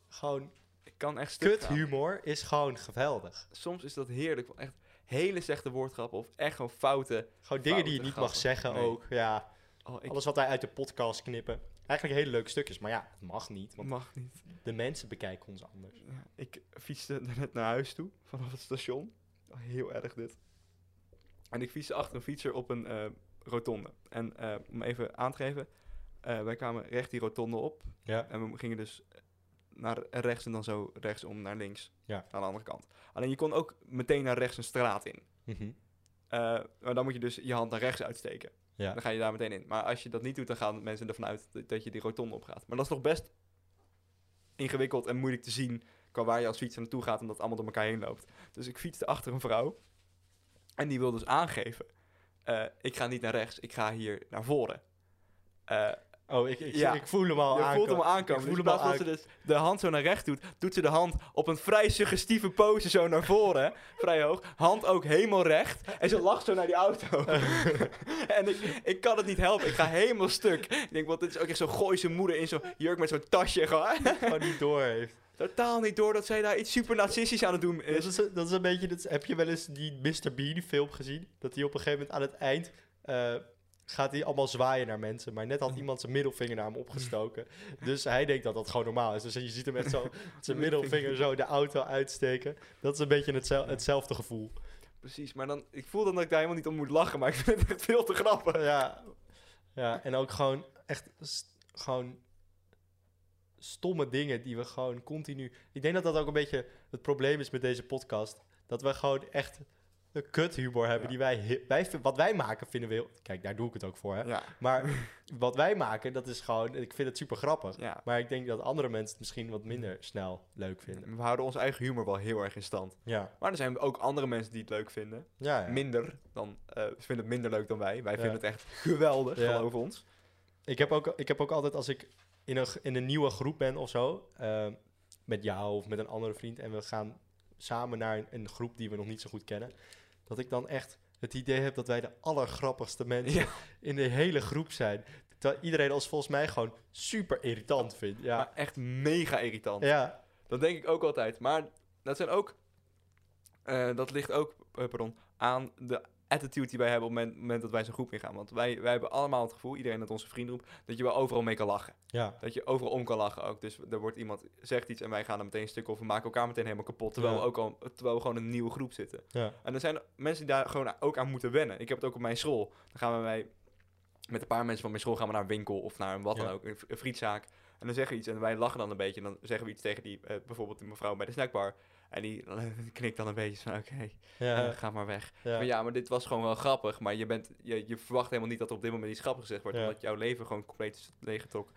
A: gewoon,
B: Ik kan echt stuk
A: kut
B: gaan.
A: humor is gewoon geweldig.
B: Soms is dat heerlijk. van Echt hele slechte woordgrappen of echt gewoon fouten.
A: Gewoon dingen die je niet
B: Foute
A: mag
B: grappen.
A: zeggen
B: Nee.
A: ook, ja.
B: Oh, ik
A: Alles wat wij uit de podcast knippen. Eigenlijk hele leuke stukjes, maar ja, het mag niet, want
B: (laughs) mag niet.
A: de mensen bekijken ons anders.
B: Ja, Ik fietste net naar huis toe vanaf het station. Oh, heel erg dit. En ik fietste achter een fietser op een eh, rotonde. En eh, om even aan te geven, eh, wij kwamen recht die rotonde op.
A: Ja,
B: En we gingen dus naar rechts en dan zo rechtsom naar links.
A: Ja.
B: Aan de andere kant. Alleen je kon ook meteen naar rechts een straat in. Eh, maar dan moet je dus je hand naar rechts uitsteken.
A: Ja.
B: Dan ga je daar meteen in. Maar als je dat niet doet, dan gaan mensen ervan uit dat- dat je die rotonde op gaat. Maar dat is nog best ingewikkeld en moeilijk te zien qua waar je als fietser naartoe gaat en dat allemaal door elkaar heen loopt. Dus ik fietste achter een vrouw en die wil dus aangeven. eh, ik ga niet naar rechts, ik ga hier naar voren. Eh,
A: Oh, ik, ik,
B: Ja.
A: ik voel hem al
B: je
A: aankomen.
B: voelt hem
A: Ik
B: aankomen.
A: voel
B: Dus in
A: hem al
B: plaats dat ze dus de hand zo naar rechts doet, doet ze de hand op een vrij suggestieve pose zo naar voren. vrij hoog. Hand ook helemaal recht. En ze lacht zo naar die auto. (laughs) en ik, ik kan het niet helpen. Ik ga helemaal stuk. Ik denk, want dit is ook echt zo'n gooise moeder in zo'n jurk met zo'n tasje. Gewoon. "Ah,
A: gewoon niet door heeft.
B: Totaal niet door dat zij daar iets super narcistisch aan het doen
A: Dat
B: is.
A: is, dat is een beetje, dat, heb je wel eens die Mr. Bean film gezien? Dat hij op een gegeven moment aan het eind eh, gaat hij allemaal zwaaien naar mensen. Maar net had iemand zijn middelvinger naar hem opgestoken. Dus hij denkt dat dat gewoon normaal is. Dus je ziet hem echt zo zijn middelvinger zo de auto uitsteken. Dat is een beetje hetzel- hetzelfde gevoel.
B: Precies, maar dan, ik voel dan dat ik daar helemaal niet om moet lachen. Maar ik vind het echt veel te grappig.
A: (laughs) Ja. ja, en ook gewoon echt st- gewoon stomme dingen die we gewoon continu... Ik denk dat dat ook een beetje het probleem is met deze podcast. Dat we gewoon echt de kut humor hebben
B: Ja.
A: die wij, hi- wij... vin- Wat wij maken vinden we heel... Kijk, daar doe ik het ook voor, hè.
B: Ja,
A: (laughs) Maar wat wij maken, dat is gewoon... Ik vind het super grappig.
B: ja.
A: Maar ik denk dat andere mensen het misschien wat minder snel leuk vinden.
B: We houden ons eigen humor wel heel erg in stand.
A: Ja,
B: Maar er zijn ook andere mensen die het leuk vinden.
A: ja, ja.
B: minder dan. eh, ze vinden het minder leuk dan wij. Wij
A: Ja.
B: vinden het echt geweldig,
A: Ja.
B: geloof ons.
A: Ik heb ook, ik heb ook altijd als ik in een, g- in een nieuwe groep ben of zo, eh, met jou of met een andere vriend, en we gaan samen naar een, een groep die we nog niet zo goed kennen, dat ik dan echt het idee heb dat wij de allergrappigste mensen
B: Ja.
A: in de hele groep zijn. Terwijl iedereen als volgens mij gewoon super irritant vindt. Ja,
B: Maar echt mega irritant.
A: ja,
B: Dat denk ik ook altijd. Maar dat zijn ook. eh, dat ligt ook, eh, pardon, aan de attitude die wij hebben op het moment, moment dat wij zo'n groep ingaan. Want wij, wij hebben allemaal het gevoel, iedereen uit onze vriendengroep, dat je wel overal mee kan lachen.
A: Ja.
B: Dat je overal om kan lachen ook. Dus er wordt iemand, zegt iets en wij gaan er meteen een stuk of we maken elkaar meteen helemaal kapot. Terwijl,
A: Ja.
B: we ook al, terwijl we gewoon in een nieuwe groep zitten.
A: Ja.
B: En er zijn mensen die daar gewoon ook aan moeten wennen. Ik heb het ook op mijn school. Dan gaan we wij, met een paar mensen van mijn school gaan we naar een winkel of naar een wat dan
A: Ja.
B: ook, een, v- een frietzaak. En dan zeggen we iets en wij lachen dan een beetje. En dan zeggen we iets tegen die, eh, bijvoorbeeld die mevrouw bij de snackbar. En die (laughs) knikt dan een beetje zo van oké, eh,
A: Ja.
B: ga maar weg.
A: Ja.
B: Maar ja, maar dit was gewoon wel grappig. Maar je, bent, je, je verwacht helemaal niet dat er op dit moment iets grappigs gezegd wordt.
A: Ja.
B: Omdat jouw leven gewoon compleet is leeggetrokken.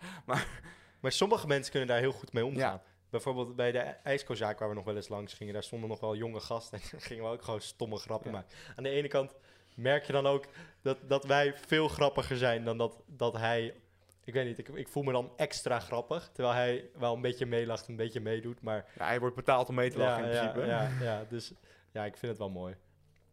A: Maar sommige mensen kunnen daar heel goed mee omgaan. Bijvoorbeeld bij de ij- ijskozaak waar we nog wel eens langs gingen, daar stonden nog wel jonge gasten (laughs) en gingen we ook gewoon stomme grappen
B: Ja.
A: maken. Aan de ene kant merk je dan ook dat, dat wij veel grappiger zijn dan dat, dat hij. Ik weet niet, ik, ik voel me dan extra grappig. Terwijl hij wel een beetje meelacht, een beetje meedoet. Maar
B: Ja, hij wordt betaald om mee te lachen
A: ja,
B: in
A: ja,
B: principe.
A: Ja, ja, dus ja, ik vind het wel mooi.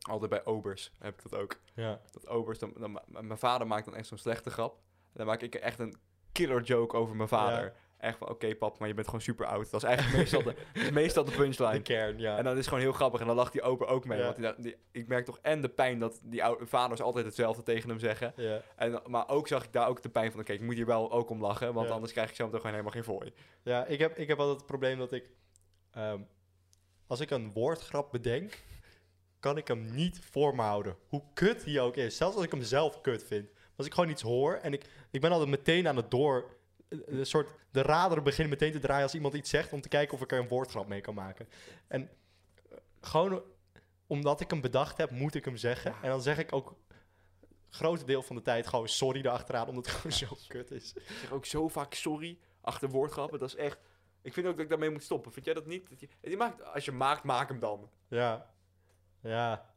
B: Altijd bij obers heb ik dat ook.
A: Ja,
B: dat obers, dan, dan, ma- mijn vader maakt dan echt zo'n slechte grap. Dan maak ik echt een killer joke over mijn vader. Echt van, oké pap, maar je bent gewoon super oud. Dat is eigenlijk meestal de, dat is meestal de
A: de
B: punchline.
A: kern, (laughs) ja.
B: En dan is het gewoon heel grappig. En dan lacht die ober ook mee.
A: Ja.
B: Want die, dacht- die- ik merk toch en de pijn dat die oude, vaders altijd hetzelfde tegen hem zeggen.
A: ja.
B: En, dan- maar ook zag ik daar ook de pijn van, oké, ik moet hier wel ook om lachen. Want
A: Ja.
B: anders krijg ik zo meteen gewoon helemaal geen fooi.
A: Ja, ik heb, ik heb altijd het probleem dat ik... ehm, als ik een woordgrap bedenk, kan ik hem niet voor me houden. Hoe kut die ook is. Zelfs als ik hem zelf kut vind. Als ik gewoon iets hoor en ik, ik ben altijd meteen aan het door... eh, Een soort, de radar begint meteen te draaien als iemand iets zegt... om te kijken of ik er een woordgrap mee kan maken. En eh, gewoon omdat ik hem bedacht heb, moet ik hem zeggen. En dan zeg ik ook grote deel van de tijd gewoon sorry erachteraan... omdat het gewoon zo kut is.
B: Ik zeg ook zo vaak sorry achter woordgrappen. Dat is echt... Ik vind ook dat ik daarmee moet stoppen. Vind jij dat niet? Dat je, je maakt, als je maakt, maak hem dan.
A: Ja. Ja.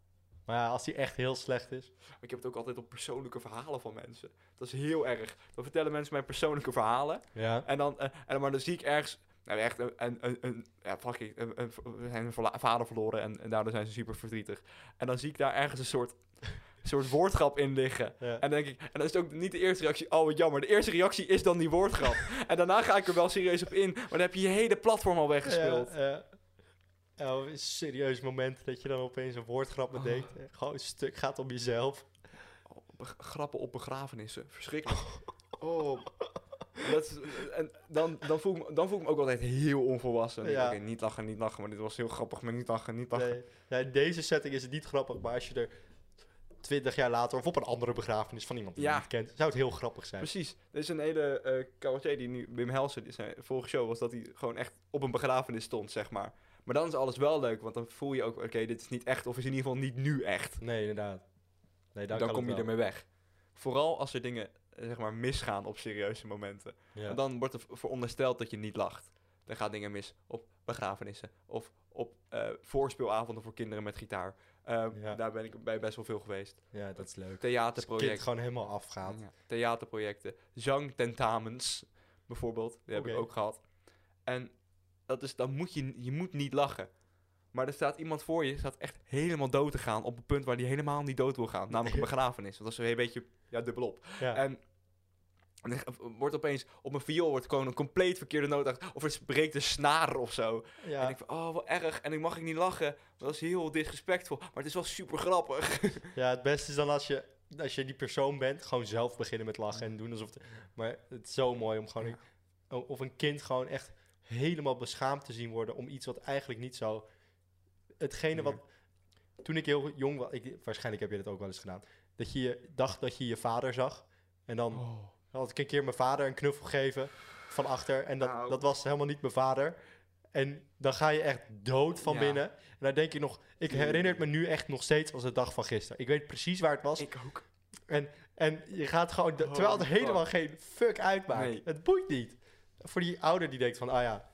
A: Maar ja, als die echt heel slecht is.
B: Maar ik heb het ook altijd op persoonlijke verhalen van mensen. Dat is heel erg. Dan vertellen mensen mij persoonlijke verhalen.
A: Ja.
B: En dan, eh, en, maar dan zie ik ergens. Nou, echt een, een, een, een- ja, fucking, een, een, we zijn hun verla- vader verloren en, en daardoor zijn ze super verdrietig. En dan zie ik daar ergens een soort, soort woordgrap in liggen.
A: Ja.
B: En dan denk ik, en dan is het ook niet de eerste reactie, oh wat jammer. De eerste reactie is dan die
A: (laughs)
B: woordgrap. en daarna ga ik er wel serieus op in, maar dan heb je je hele platform al weggespeeld.
A: Ja, ja. Ja, of een serieus moment dat je dan opeens een woordgrap bedenkt. en Gewoon een stuk gaat om jezelf.
B: Be- grappen op begrafenissen. Verschrikkelijk. Oh. Dat is- en dan, dan, voel ik, me- dan voel ik me ook altijd heel onvolwassen. Dan denk ik,
A: Ja.
B: oké, niet lachen, niet lachen. Maar dit was heel grappig, maar niet lachen, niet lachen.
A: Nee. Ja, in deze setting is het niet grappig, maar als je er twintig jaar later of op een andere begrafenis van iemand die
B: Ja.
A: je niet kent, zou het heel grappig zijn.
B: Precies. Er is een hele eh cabaretier die nu, Wim Helsen, die zijn vorige show was dat hij gewoon echt op een begrafenis stond, zeg maar. Maar dan is alles wel leuk, want dan voel je ook, oké, dit is niet echt, of is in ieder geval niet nu echt.
A: Nee, inderdaad. Nee,
B: Dan,
A: daar kan
B: kom je
A: het wel.
B: ermee weg. Vooral als er dingen, eh, zeg maar, misgaan op serieuze momenten.
A: Ja.
B: En dan wordt er v- verondersteld dat je niet lacht. Dan gaan dingen mis op begrafenissen of op eh, voorspeelavonden voor kinderen met gitaar. Eh,
A: Ja.
B: Daar ben ik bij best wel veel geweest.
A: ja, dat is leuk. Als het kind
B: Theaterprojecten,
A: gewoon helemaal afgaat.
B: ja. theaterprojecten, zangtentamens bijvoorbeeld, die heb ik
A: Oké.
B: ook gehad. En dat is, dan moet je, je moet niet lachen. Maar er staat iemand voor je, staat echt helemaal dood te gaan op een punt waar die helemaal niet dood wil
A: (laughs)
B: gaan, namelijk een begrafenis. Want dat is een beetje ja, dubbelop.
A: Ja.
B: En en er wordt opeens op een viool wordt gewoon een compleet verkeerde noot achter- Of het breekt een snaar of zo. En
A: Ja.
B: ik van, oh, wat erg. En ik mag ik niet lachen. want Dat is heel disrespectvol. Maar het is wel super grappig.
A: Ja, het beste is dan als je, als je die persoon bent, gewoon zelf beginnen met lachen en doen alsof het... Maar het is zo mooi om gewoon...
B: Ja.
A: een- Of een kind gewoon echt helemaal beschaamd te zien worden om iets wat eigenlijk niet zou... Hetgene wat... Toen ik heel jong was, ik, waarschijnlijk heb je dat ook wel eens gedaan, dat je je dacht dat je je vader zag. En dan had ik een keer mijn vader een knuffel gegeven van achter en dat,
B: Au.
A: dat was helemaal niet mijn vader. En dan ga je echt dood van
B: Ja.
A: binnen. En dan denk je nog, ik herinner het me nu echt nog steeds als de dag van gisteren. Ik weet precies waar het was.
B: Ik ook.
A: En je gaat gewoon, de-
B: Oh,
A: terwijl het
B: fuck.
A: helemaal geen fuck uitmaakt.
B: Nee.
A: Het boeit niet. Voor die ouder die denkt van, ah ja,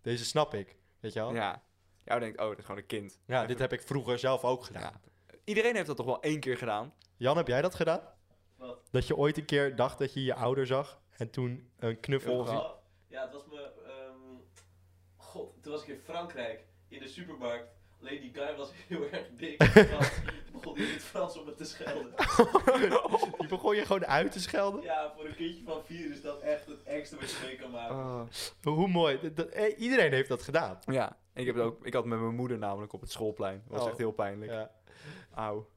A: deze snap ik. Weet je wel? Ja,
B: Ja. Jou denkt, oh, dat is gewoon een kind.
A: dit heb ik vroeger zelf ook gedaan.
B: Ja. Iedereen heeft dat toch wel één keer gedaan?
A: Jan, heb jij dat gedaan? Dat je ooit een keer dacht dat je je ouder zag en toen een knuffel...
B: Heel
A: of-
B: grappig.
C: Oh, Ja, het was me. ehm, God, toen was ik in Frankrijk in de supermarkt. Alleen die guy was (laughs) heel erg
A: (laughs)
C: dik. en Frans. Toen begon hij in het Frans om me te schelden.
A: Die begon je gewoon uit te schelden.
C: Ja, voor een kindje van vier is dat echt het engste wat je mee kan maken.
A: Hoe mooi. Dat- dat- eh, iedereen heeft dat gedaan.
B: Ja. Ik, heb het ook, ik had het met mijn moeder namelijk op het schoolplein. Dat was
A: Oh.
B: echt heel pijnlijk.
A: Ja.
B: Auw.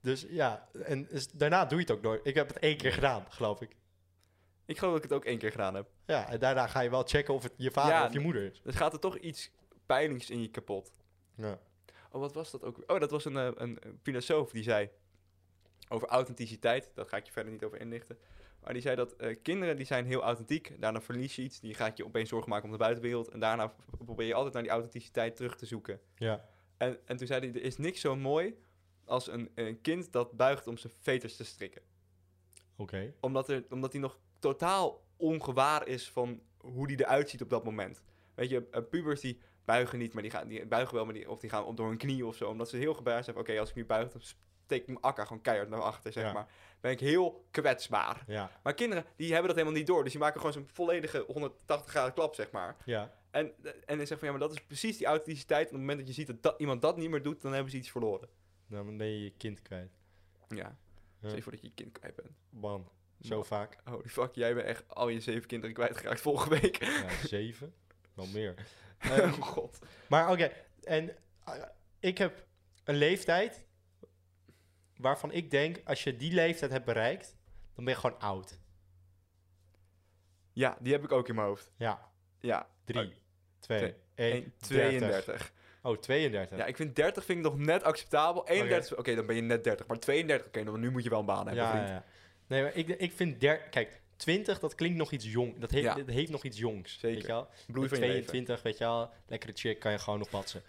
A: Dus ja, en is- daarna doe je het ook nooit. Ik heb het één keer gedaan, geloof ik.
B: Ik geloof dat ik het ook één keer gedaan heb.
A: Ja, en daarna ga je wel checken of het je vader
B: Ja,
A: of je moeder is.
B: Dus gaat er toch iets pijnlijks in je kapot.
A: Ja.
B: Oh, wat was dat ook? weer? Oh, dat was een, eh, een eh, filosoof die zei over authenticiteit. Daar ga ik je verder niet over inlichten. Maar die zei dat eh, kinderen die zijn heel authentiek. Daarna verlies je iets. Die gaat je opeens zorgen maken om de buitenwereld. En daarna p- probeer je altijd naar die authenticiteit terug te zoeken.
A: Ja.
B: En, en toen zei hij, er is niks zo mooi als een, een kind dat buigt om zijn veters te strikken.
A: Oké.
B: Omdat, er, omdat hij nog totaal ongewaar is van hoe die eruit ziet op dat moment. Weet je, eh, pubers die buigen niet, maar die, gaan, die buigen wel, maar die, of die gaan op door hun knie of zo. Omdat ze heel gebaar zijn van, oké, als ik nu buig, dan steek ik mijn akka gewoon keihard naar achter, zeg
A: Ja.
B: maar. Ben ik heel kwetsbaar.
A: Ja.
B: Maar kinderen, die hebben dat helemaal niet door. Dus die maken gewoon zo'n volledige 180 graden klap, zeg maar.
A: Ja.
B: En, en hij zegt van, ja, maar dat is precies die authenticiteit. En op het moment dat je ziet dat, dat iemand dat niet meer doet, dan hebben ze iets verloren.
A: Nou, Dan ben je je kind kwijt.
B: Ja.
A: Ja.
B: Stel je voor dat je je kind kwijt bent.
A: Man, zo vaak.
B: Holy fuck, jij bent echt al je zeven kinderen kwijtgeraakt volgende week.
A: Ja, (laughs) zeven. Wel meer.
B: (laughs) oh god.
A: Maar oké, en eh, ik heb een leeftijd waarvan ik denk, als je die leeftijd hebt bereikt, dan ben je gewoon oud.
B: Ja, die heb ik ook in mijn hoofd.
A: Ja,
B: Ja,
A: 3, 2,
B: twee,
A: 1,
B: 1,
A: 32.
B: 32.
A: Oh, 32.
B: Ja, ik vind 30 vind ik nog net acceptabel. 31, oké, dan ben je net 30. Maar 32, oké, dan nu moet je wel een baan hebben,
A: ja,
B: vriend.
A: ja. Nee, maar ik, ik vind der, kijk, 20, dat klinkt nog iets jong. Dat heeft,
B: Ja.
A: dat heeft nog iets jongs.
B: Zeker.
A: Weet je wel?
B: Bloei van je leven.
A: 22, weet je wel, lekkere chick, kan je gewoon nog batsen.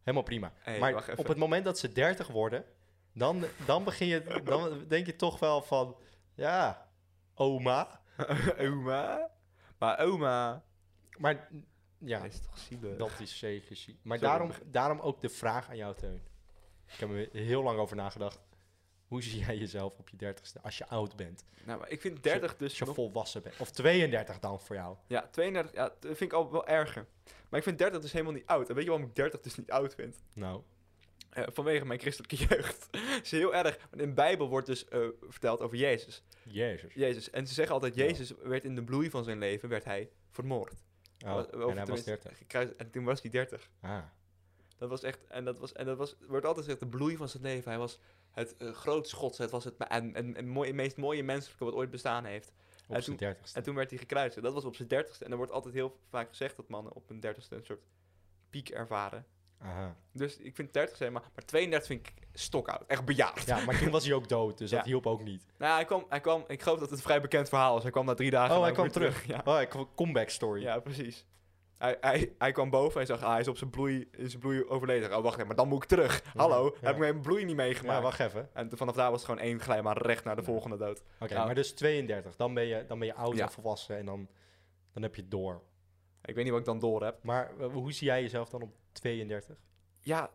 A: Helemaal prima.
B: Hey,
A: maar
B: wacht even.
A: op het moment dat ze 30 worden, dan, dan begin je, dan denk je toch wel van, ja, oma.
B: (laughs) oma. Maar oma...
A: Maar ja,
B: Hij is toch zielig.
A: dat is zeker ziek. Maar
B: Sorry.
A: daarom, daarom ook de vraag aan jou, Teun. Ik heb er heel lang over nagedacht. Hoe zie jij jezelf op je 30ste als je oud bent?
B: Nou, maar ik vind 30 dus
A: Als je
B: nog-
A: volwassen bent. Of 32 dan voor jou.
B: Ja, 32, ja, dat vind ik al wel erger. Maar ik vind 30 dus helemaal niet oud. En weet je waarom ik 30 dus niet oud vind?
A: Nou,
B: Eh, vanwege mijn christelijke (laughs) jeugd. Het is heel erg. Want in de Bijbel wordt dus eh, verteld over Jezus.
A: jezus.
B: Jezus. En ze zeggen altijd,
A: Ja.
B: Jezus werd in de bloei van zijn leven, werd hij vermoord.
A: Oh,
B: Of- of
A: en hij was
B: tenminste,
A: 30.
B: gekruis- en toen was hij 30.
A: Ah,
B: Dat was echt, en dat was, en dat was, wordt altijd gezegd, de bloei van zijn leven. Hij was het eh, groot schots, het was het ma- en, en, en mooi, meest mooie menselijke wat ooit bestaan heeft.
A: op zijn
B: toen-
A: 30ste.
B: En toen werd hij gekruisigd. Dat was op zijn dertigste. En er wordt altijd heel vaak gezegd dat mannen op hun dertigste een soort piek ervaren.
A: Aha.
B: (laughs) Dus ik vind 30 zijn, maar, maar 32 vind ik stokoud. Echt bejaard.
A: Ja, maar toen was hij ook dood, dus dat
B: Ja.
A: hielp ook niet.
B: (laughs) Nou, ja, hij kwam, hij kwam, ik geloof dat het een vrij bekend verhaal is. Hij kwam na drie dagen.
A: Oh, hij
B: ook
A: kwam
B: weer
A: terug.
B: Ja.
A: Oh, ik een comeback story.
B: Ja, precies. Hij, hij, hij kwam boven hij zag, ah, hij is op zijn bloei, in zijn bloei overleden. Oh, wacht even, maar dan moet ik terug. Hallo,
A: ja.
B: heb ik mijn bloei niet meegemaakt.
A: Ja, wacht even.
B: En t- vanaf daar was het gewoon één glijbaan recht naar de volgende dood.
A: Oké,
B: Ja.
A: maar dus 32, dan ben je, dan ben je oud
B: Ja.
A: en volwassen en dan, dan heb je het door.
B: Ik weet niet wat ik dan door heb.
A: Maar eh, hoe zie jij jezelf dan op 32?
B: Ja,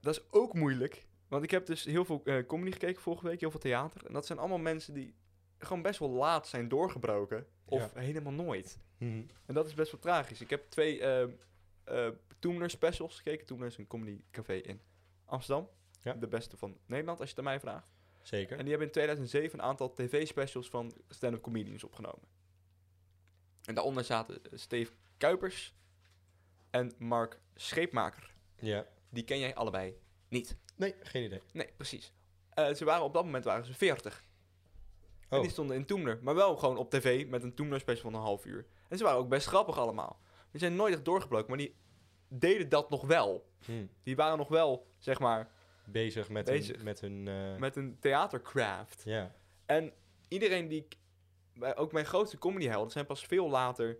B: dat is ook moeilijk. Want ik heb dus heel veel eh, comedy gekeken vorige week, heel veel theater. En dat zijn allemaal mensen die gewoon best wel laat zijn doorgebroken. Of helemaal nooit. En dat is best wel tragisch. Ik heb twee ehm eh Toemler specials gekeken. Toemler is een comedycafé in Amsterdam.
A: Ja.
B: De beste van Nederland, als je het aan mij vraagt.
A: Zeker.
B: En die hebben in 2007 een aantal tv-specials van stand-up comedians opgenomen. En daaronder zaten eh, Steve Kuipers en Mark Scheepmaker.
A: Ja.
B: Die ken jij allebei niet.
A: Nee, geen idee.
B: Nee, precies. Eh, ze waren op dat moment waren ze 40. En
A: Oh.
B: die stonden in Toemler. Maar wel gewoon op tv met een Toemler special van een half uur. En ze waren ook best grappig allemaal. Die zijn nooit echt doorgebroken, maar die deden dat nog wel.
A: Hm.
B: Die waren nog wel, zeg maar,
A: Bezig met
B: Bezig.
A: hun... Met hun eh,
B: met een theatercraft.
A: Ja.
B: En iedereen die ik... bij- Ook mijn grootste comedyhelden zijn pas veel later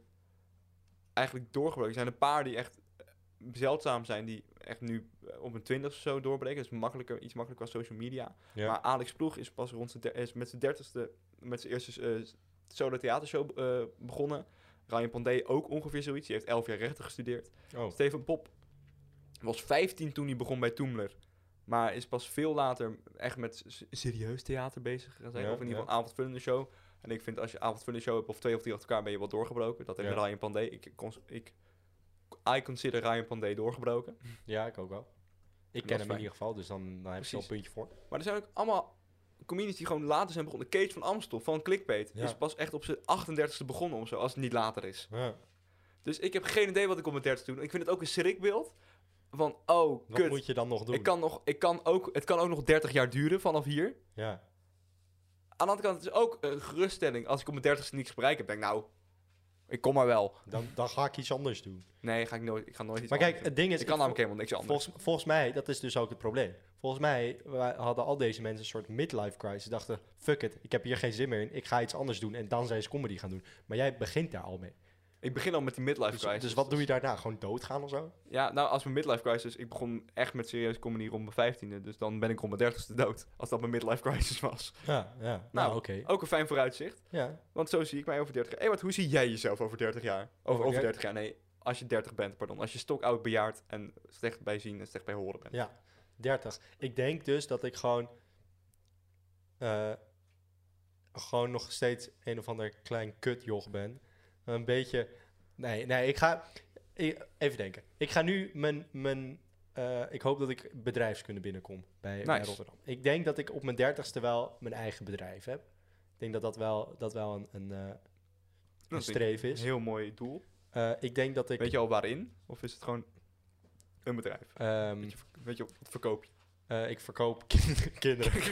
B: eigenlijk doorgebroken. Er zijn een paar die echt eh, zeldzaam zijn, die echt nu eh, op hun twintigste of zo doorbreken. Dat is makkelijker, iets makkelijker qua social media.
A: Ja.
B: Maar Alex Ploeg is pas rond zijn der- is met zijn dertigste, met zijn eerste eh, solo theatershow eh, begonnen. Ryan Pandey ook ongeveer zoiets. Die heeft elf jaar rechten gestudeerd.
A: Oh,
B: Steven Pop was 15 toen hij begon bij Toemler. Maar is pas veel later echt met s- serieus theater bezig gaan zijn.
A: Ja,
B: of in ieder
A: ja.
B: geval een avondvullende show. En ik vind als je een avondvullende show hebt of twee of drie achter elkaar ben je wel doorgebroken. Dat heeft
A: Ja.
B: Ryan Pandey. Ik, cons- ik, I consider Ryan Pandey doorgebroken.
A: ja, ik ook wel. Ik
B: is
A: ken hem in
B: fijn.
A: ieder geval, dus dan, dan heb je al een puntje voor.
B: Maar er zijn ook allemaal comedians die gewoon later zijn begonnen. Kees van Amstel van Clickbait
A: Ja.
B: is pas echt op zijn 38ste begonnen of zo. Als het niet later is.
A: Ja.
B: Dus ik heb geen idee wat ik op mijn 30 doe. Ik vind het ook een schrikbeeld. van, oh,
A: Wat
B: kut.
A: moet je dan nog doen?
B: Ik kan nog, ik kan ook, het kan ook nog 30 jaar duren vanaf hier.
A: Ja.
B: Aan de andere kant, het is ook een geruststelling. Als ik op mijn dertigste niks bereik heb, denk ik, nou, ik kom maar wel.
A: Dan, dan ga ik iets anders doen.
B: Nee, ga ik, nooit, ik ga nooit iets
A: Maar kijk,
B: anders doen.
A: het ding is...
B: ik kan
A: ik-
B: namelijk helemaal niks anders.
A: volgens, volgens mij, dat is dus ook het probleem. Volgens mij wa- hadden al deze mensen een soort midlife crisis. Ze dachten, fuck it, ik heb hier geen zin meer in. Ik ga iets anders doen. En dan zijn ze comedy gaan doen. Maar jij begint daar al mee.
B: Ik begin al met die midlife
A: Dus,
B: crisis.
A: dus wat doe je daarna? Gewoon doodgaan of zo?
B: Ja, nou, als mijn midlife crisis... Ik begon echt met serieus comedy rond mijn 15e. Dus dan ben ik rond mijn 30ste dood. Als dat mijn midlife crisis was.
A: Ja, ja. Nou,
B: Nou,
A: oké.
B: Ook een fijn vooruitzicht.
A: Ja.
B: Want zo zie ik mij over 30 jaar. Hey, wat, hoe zie jij jezelf over 30 jaar? Over,
A: Over
B: over
A: 30?
B: 30 jaar, nee. Als je 30 bent, pardon. Als je stokoud bejaard en slecht bij zien en slecht bij horen bent.
A: Ja. 30. Ik denk dus dat ik gewoon... eh, gewoon nog steeds een of ander klein kutjoch ben. Een beetje... Nee, nee, ik ga... ik- even denken. Ik ga nu mijn... mijn eh, ik hoop dat ik bedrijfskunde binnenkom bij, bij
B: Nice.
A: Rotterdam. Ik denk dat ik op mijn dertigste wel mijn eigen bedrijf heb. Ik denk dat dat wel, dat wel een, een, eh,
B: Dat
A: een
B: is een
A: streven is.
B: heel mooi doel.
A: Eh, ik denk dat ik...
B: Weet je al waarin? Of is het gewoon een bedrijf?
A: ehm,
B: Weet je, weet je wat verkoop je?
A: eh, ik verkoop (laughs) kind-
B: (laughs)
A: kinderen.
B: Ze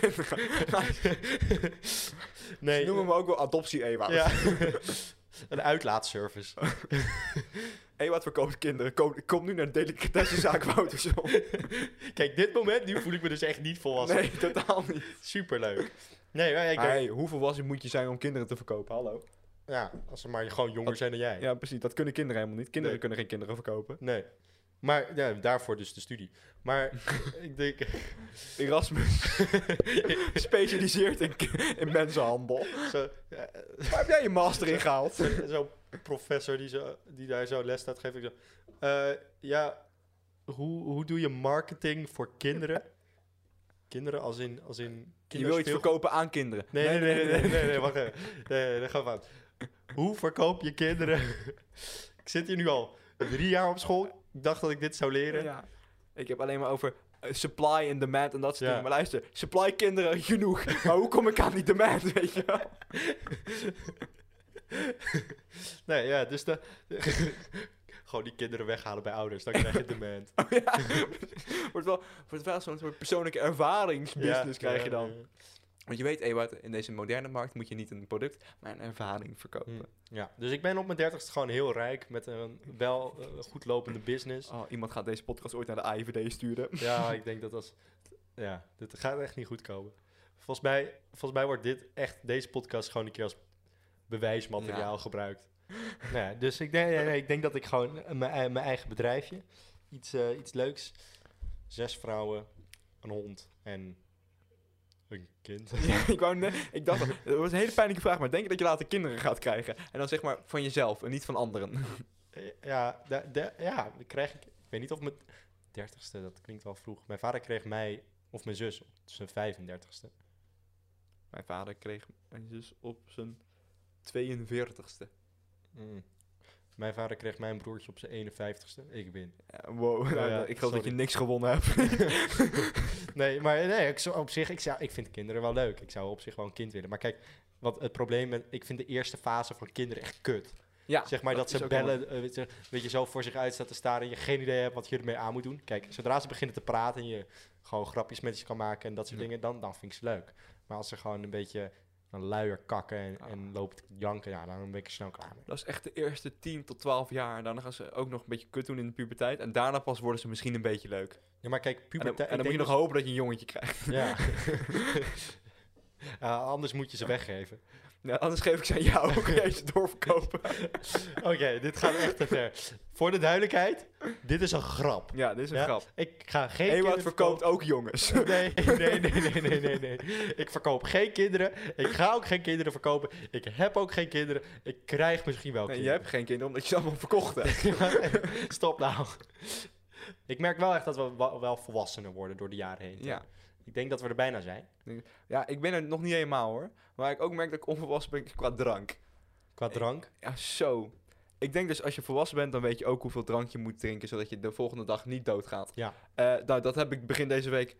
A: nee. eh,
B: noemen me ook wel adoptie-Ewout.
A: Ja. (laughs) een uitlaatservice.
B: Ewout verkoopt kinderen. Kom, kom nu naar de delicatessenzaak
A: (laughs)
B: Woutersom.
A: Kijk, dit moment, nu voel ik me dus echt niet volwassen.
B: (laughs) Nee, totaal niet.
A: Superleuk. Nee, maar ik denk,
B: Hey, hoe volwassen moet je zijn om kinderen te verkopen? Hallo.
A: ja, als ze maar gewoon jonger
B: Wat-
A: zijn dan jij.
B: Oh, Ja, precies. Dat kunnen kinderen helemaal niet. Kinderen
A: Nee.
B: kunnen geen kinderen verkopen.
A: Nee. Maar ja, daarvoor dus de studie. Maar (laughs) ik denk,
B: (laughs)
A: (laughs)
B: Erasmus specialiseert in, ki-
A: (laughs)
B: in mensenhandel.
A: zo- ja,
B: Waar heb jij je master in gehaald?
A: zo- zo'n professor die, zo, die daar zo les staat, geef ik zo. eh, ja, hoe, hoe doe je marketing voor kinderen? Kinderen als in, als in
B: Je wil iets
A: kinderspeelgoed?
B: verkopen aan kinderen.
A: Nee, nee, nee, nee, nee, nee, nee, wacht even. Nee, nee, dat gaat fout. Hoe verkoop je kinderen? ik zit hier nu al drie jaar op school. Ik dacht dat ik dit zou leren.
B: Ja. Ik heb alleen maar over eh, supply en demand en dat soort
A: Ja.
B: dingen. Maar luister, supply kinderen (laughs) genoeg. maar hoe kom ik aan die demand, weet je wel? (laughs)
A: Nee, ja, dus de, gewoon die kinderen weghalen bij ouders. Dan krijg je demand.
B: Oh ja. wordt wel, wordt wel zo'n soort persoonlijke ervaringsbusiness
A: Ja,
B: krijg je
A: ja,
B: dan.
A: ja.
B: Want je weet, Ewout, in deze moderne markt moet je niet een product, maar een ervaring verkopen.
A: Hm. Ja, dus ik ben op mijn dertigste gewoon heel rijk met een wel eh, goed lopende business.
B: Oh, iemand gaat deze podcast ooit naar de AIVD sturen. (laughs)
A: Ja, ik denk dat dat... Ja, dit gaat echt niet goed komen. Volgens mij, volgens mij wordt dit echt, deze podcast gewoon een keer als bewijsmateriaal gebruikt. Nou ja, dus ik denk, nee, nee, ik denk dat ik gewoon eh, mijn, ei- mijn eigen bedrijfje, iets, eh, iets leuks, zes vrouwen, een hond en een kind.
B: Ja, ik, wou net, ik dacht, al, dat was een hele pijnlijke vraag, maar denk je dat je later kinderen gaat krijgen? En dan zeg maar van jezelf en niet van anderen.
A: Ja, da- da- ja, dan krijg ik. Ik weet niet of mijn dertigste, dat klinkt wel vroeg. Mijn vader kreeg mij, of mijn zus, op zijn 35ste.
B: Mijn vader kreeg mijn zus op zijn 42ste.
A: Mijn vader kreeg mijn broertje op zijn 51ste. Ik win.
B: Ja, wow, (laughs)
A: Ja,
B: nou,
A: ja,
B: ik geloof dat je
A: sorry.
B: niks gewonnen hebt.
A: Nee, maar nee, ik zou op zich, ik, zou, ik vind kinderen wel leuk. Ik zou op zich wel een kind willen. Maar kijk, wat het probleem met, ik vind de eerste fase van kinderen echt kut.
B: (laughs) ja,
A: zeg maar dat,
B: is
A: ze
B: ook wel
A: bellen, eh, weet, je, weet je, zo voor zich uit staat te staren en je geen idee hebt wat je ermee aan moet doen. Kijk, zodra ze beginnen te praten en je gewoon grapjes met ze kan maken en dat soort
B: Ja.
A: dingen, dan, dan vind ik ze leuk. Maar als ze gewoon een beetje een luier kakken en,
B: Ah.
A: en loopt janken, ja, dan ben ik er snel klaar mee.
B: Dat is echt de eerste 10 tot 12 jaar. Daarna gaan ze ook nog een beetje kut doen in de puberteit. En daarna pas worden ze misschien een beetje leuk. En
A: Ja, maar kijk,
B: dan- en dan,
A: puberteit...
B: moet je nog hopen dat je een jongetje krijgt.
A: Ja.
B: (laughs)
A: Eh, anders moet je ze weggeven.
B: Ja, anders geef ik ze aan jou. (laughs) Kun jij ze doorverkopen?
A: Oké, dit gaat echt te ver. Voor de duidelijkheid, dit is een grap.
B: (laughs) Ja, dit is een
A: Ja,
B: grap.
A: Ik ga geen
B: Ewout
A: kinderen
B: verkoopt
A: verkopen.
B: ook jongens.
A: Nee, (laughs) nee, nee, nee, nee, nee, nee. Ik verkoop geen kinderen. Ik ga ook geen kinderen verkopen. Ik heb ook geen kinderen. Ik krijg misschien wel
B: (laughs) Nee, je
A: kinderen.
B: hebt geen kinderen omdat je ze allemaal verkocht hebt.
A: (laughs) Stop nou. Ik merk wel echt dat we wa- wel volwassener worden door de jaren heen.
B: (laughs) Ja.
A: Ik denk dat we er bijna zijn.
B: ja, ik ben er nog niet helemaal hoor. Maar ik ook merk dat ik onvolwassen ben qua drank.
A: Qua drank.
B: Ja, zo. Ik denk dus als je volwassen bent, dan weet je ook hoeveel drank je moet drinken. Zodat je de volgende dag niet doodgaat.
A: Ja.
B: Eh, nou, dat heb ik begin deze week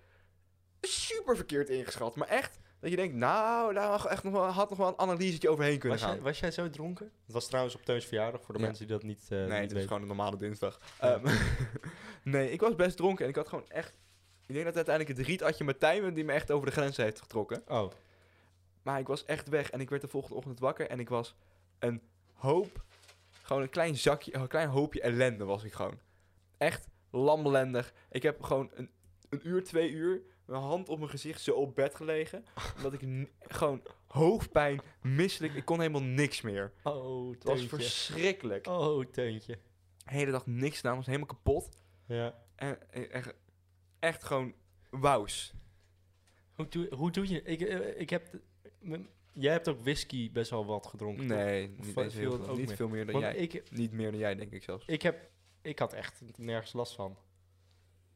B: super verkeerd ingeschat. Maar echt, dat je denkt, nou, daar mag echt nog wel, had nog wel een analysetje overheen kunnen
A: Was jij,
B: gaan.
A: was jij zo dronken? Het was trouwens op Teuns verjaardag, voor de
B: Ja.
A: mensen die dat niet, eh,
B: Nee,
A: niet
B: het is
A: weten.
B: gewoon een normale dinsdag.
A: Ja.
B: Ehm, (laughs) Nee, ik was best dronken en ik had gewoon echt... Ik denk dat uiteindelijk het rietatje Martijn die me echt over de grenzen heeft getrokken.
A: Oh,
B: Maar ik was echt weg en ik werd de volgende ochtend wakker en ik was een hoop... Gewoon een klein zakje, een klein hoopje ellende was ik gewoon. Echt lamlendig. Ik heb gewoon een, een uur, twee uur, mijn hand op mijn gezicht zo op
A: (laughs)
B: bed gelegen. omdat ik n- gewoon hoofdpijn, misselijk, ik kon helemaal niks meer.
A: oh,
B: Het was
A: teuntje.
B: verschrikkelijk.
A: Oh, teuntje.
B: De hele dag niks gedaan, was helemaal kapot.
A: Ja.
B: En, en- echt, echt gewoon wauws.
A: Hoe doe, hoe doe je... Ik, eh, ik heb... de- m- jij hebt ook whisky best wel wat gedronken. toch?
B: Nee, niet,
A: va-
B: eens
A: eh, viel
B: heel
A: het
B: veel,
A: ook
B: niet
A: mee?
B: veel meer dan
A: Want
B: jij.
A: ik,
B: Niet meer dan jij, denk ik zelfs.
A: ik heb... Ik had echt nergens last van.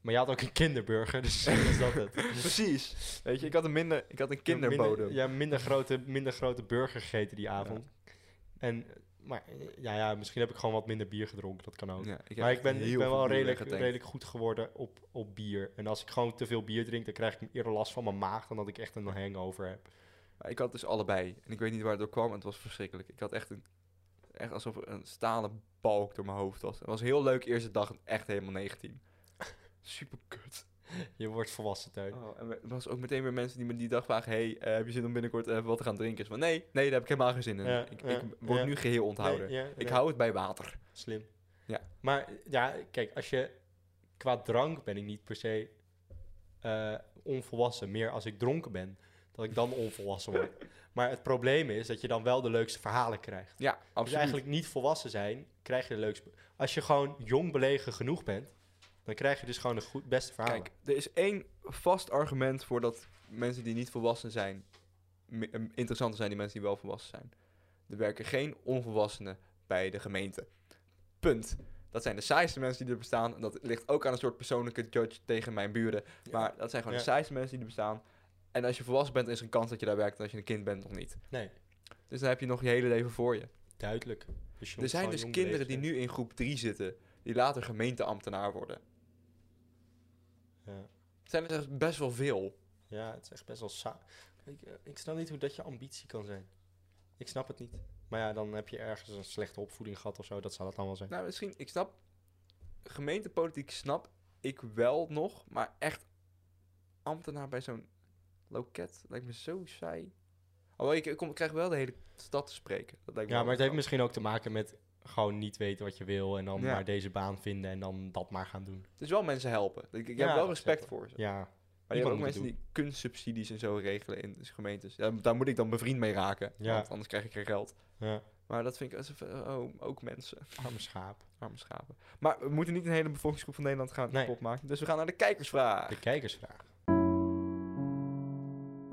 A: Maar je had ook een kinderburger, dus misschien is dat
B: (laughs)
A: het.
B: Precies. Weet je, ik had een, minder, ik had een
A: Ik heb minder-
B: kinderbodem.
A: ja, minder grote, minder grote burger gegeten die avond. En, maar eh, ja, ja, misschien heb ik gewoon wat minder bier gedronken, dat kan ook.
B: Ja, ik heb
A: maar
B: echt
A: ik ben, ik
B: heel
A: ben
B: veel
A: wel
B: bier
A: redelijk,
B: weggetankt.
A: redelijk goed geworden op, op bier. En als ik gewoon te veel bier drink, dan krijg ik eerder last van mijn maag dan dat ik echt een hangover heb.
B: Maar ik had dus allebei. En ik weet niet waar het door kwam. En het was verschrikkelijk. Ik had echt een... Echt alsof er een stalen balk door mijn hoofd was. Het was heel leuk eerste dag. en Echt helemaal 19. (laughs) Super kut.
A: Je wordt volwassen thuis.
B: Oh, en we- er was ook meteen weer mensen die me die dag vragen... Hey, eh, heb je zin om binnenkort even wat te gaan drinken? Is van, nee, nee, daar heb ik helemaal geen zin in.
A: Ja,
B: ik,
A: ja,
B: ik word
A: ja.
B: nu geheel onthouden.
A: Nee, ja,
B: Ik
A: ja,
B: hou het bij water.
A: Slim.
B: Ja.
A: Maar ja, kijk, als je... Qua drank ben ik niet per se eh, onvolwassen. Meer als ik dronken ben, dat ik
B: (laughs)
A: dan onvolwassen word. Maar het probleem is dat je dan wel de leukste verhalen krijgt.
B: Ja, absoluut.
A: Dus eigenlijk niet volwassen zijn, krijg je de leukste... Als je gewoon jong belegen genoeg bent, dan krijg je dus gewoon de goed, beste verhalen.
B: Kijk, er is één vast argument voor dat mensen die niet volwassen zijn... me- eh, interessanter zijn dan mensen die wel volwassen zijn. Er werken geen onvolwassenen bij de gemeente. Punt. Dat zijn de saaiste mensen die er bestaan. En dat ligt ook aan een soort persoonlijke judge tegen mijn buren. Maar dat zijn gewoon de
A: Ja.
B: saaiste mensen die er bestaan. En als je volwassen bent, is er een kans dat je daar werkt. En als je een kind bent, nog niet.
A: Nee,
B: Dus dan heb je nog je hele leven voor je.
A: duidelijk. Dus je
B: Er
A: moet
B: zijn
A: gewoon
B: dus
A: jong
B: kinderen die
A: beleefd
B: nu in groep 3 zitten, die later gemeenteambtenaar worden.
A: zijn. Ja.
B: Het zijn er echt best wel veel.
A: Ja, het is echt best wel saai. Ik, eh, ik snap niet hoe dat je ambitie kan zijn. Ik snap het niet. Maar ja, dan heb je ergens een slechte opvoeding gehad of zo. Dat zal het dan wel zijn.
B: Nou, misschien, ik snap, gemeentepolitiek snap ik wel nog, maar echt ambtenaar bij zo'n loket lijkt me zo saai. Alhoewel, ik, ik kom, ik krijg wel de hele stad te spreken. Dat lijkt me
A: ja,
B: wel
A: maar het heeft
B: interessant.
A: misschien ook te maken met gewoon niet weten wat je wil. En dan
B: Ja.
A: maar deze baan vinden en dan dat maar gaan doen.
B: Dus wel mensen helpen. Ik, ik
A: Ja,
B: heb wel
A: dat
B: respect
A: zeker.
B: voor ze.
A: Ja,
B: Maar je hebt ook
A: moet het
B: mensen die kunstsubsidies en zo regelen in gemeentes. Ja, daar moet ik dan mijn vriend mee raken,
A: Ja.
B: want anders krijg ik geen geld.
A: ja.
B: Maar dat vind ik alsof- oh, ook mensen.
A: arme schaap.
B: Arme schapen. Maar we moeten niet een hele bevolkingsgroep van Nederland gaan
A: Nee.
B: kapot maken. Dus we gaan naar de kijkersvraag.
A: De kijkersvraag.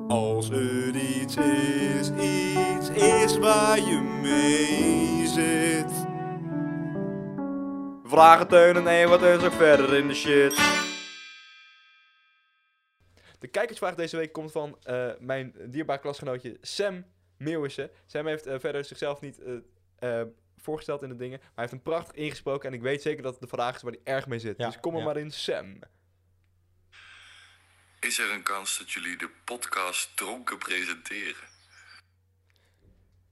D: Als er iets is, iets is waar je mee zit.
B: Vragen Teun en Ewart en zo verder in de shit. De kijkersvraag deze week komt van eh, mijn dierbaar klasgenootje Sam Meeuwissen. Sam heeft eh, verder zichzelf niet eh, eh, voorgesteld in de dingen. Maar hij heeft hem prachtig ingesproken. En ik weet zeker dat het de vraag is waar hij erg mee zit.
A: Ja,
B: dus kom er
A: ja.
B: maar in, Sam.
E: Is er een kans dat jullie de podcast dronken presenteren?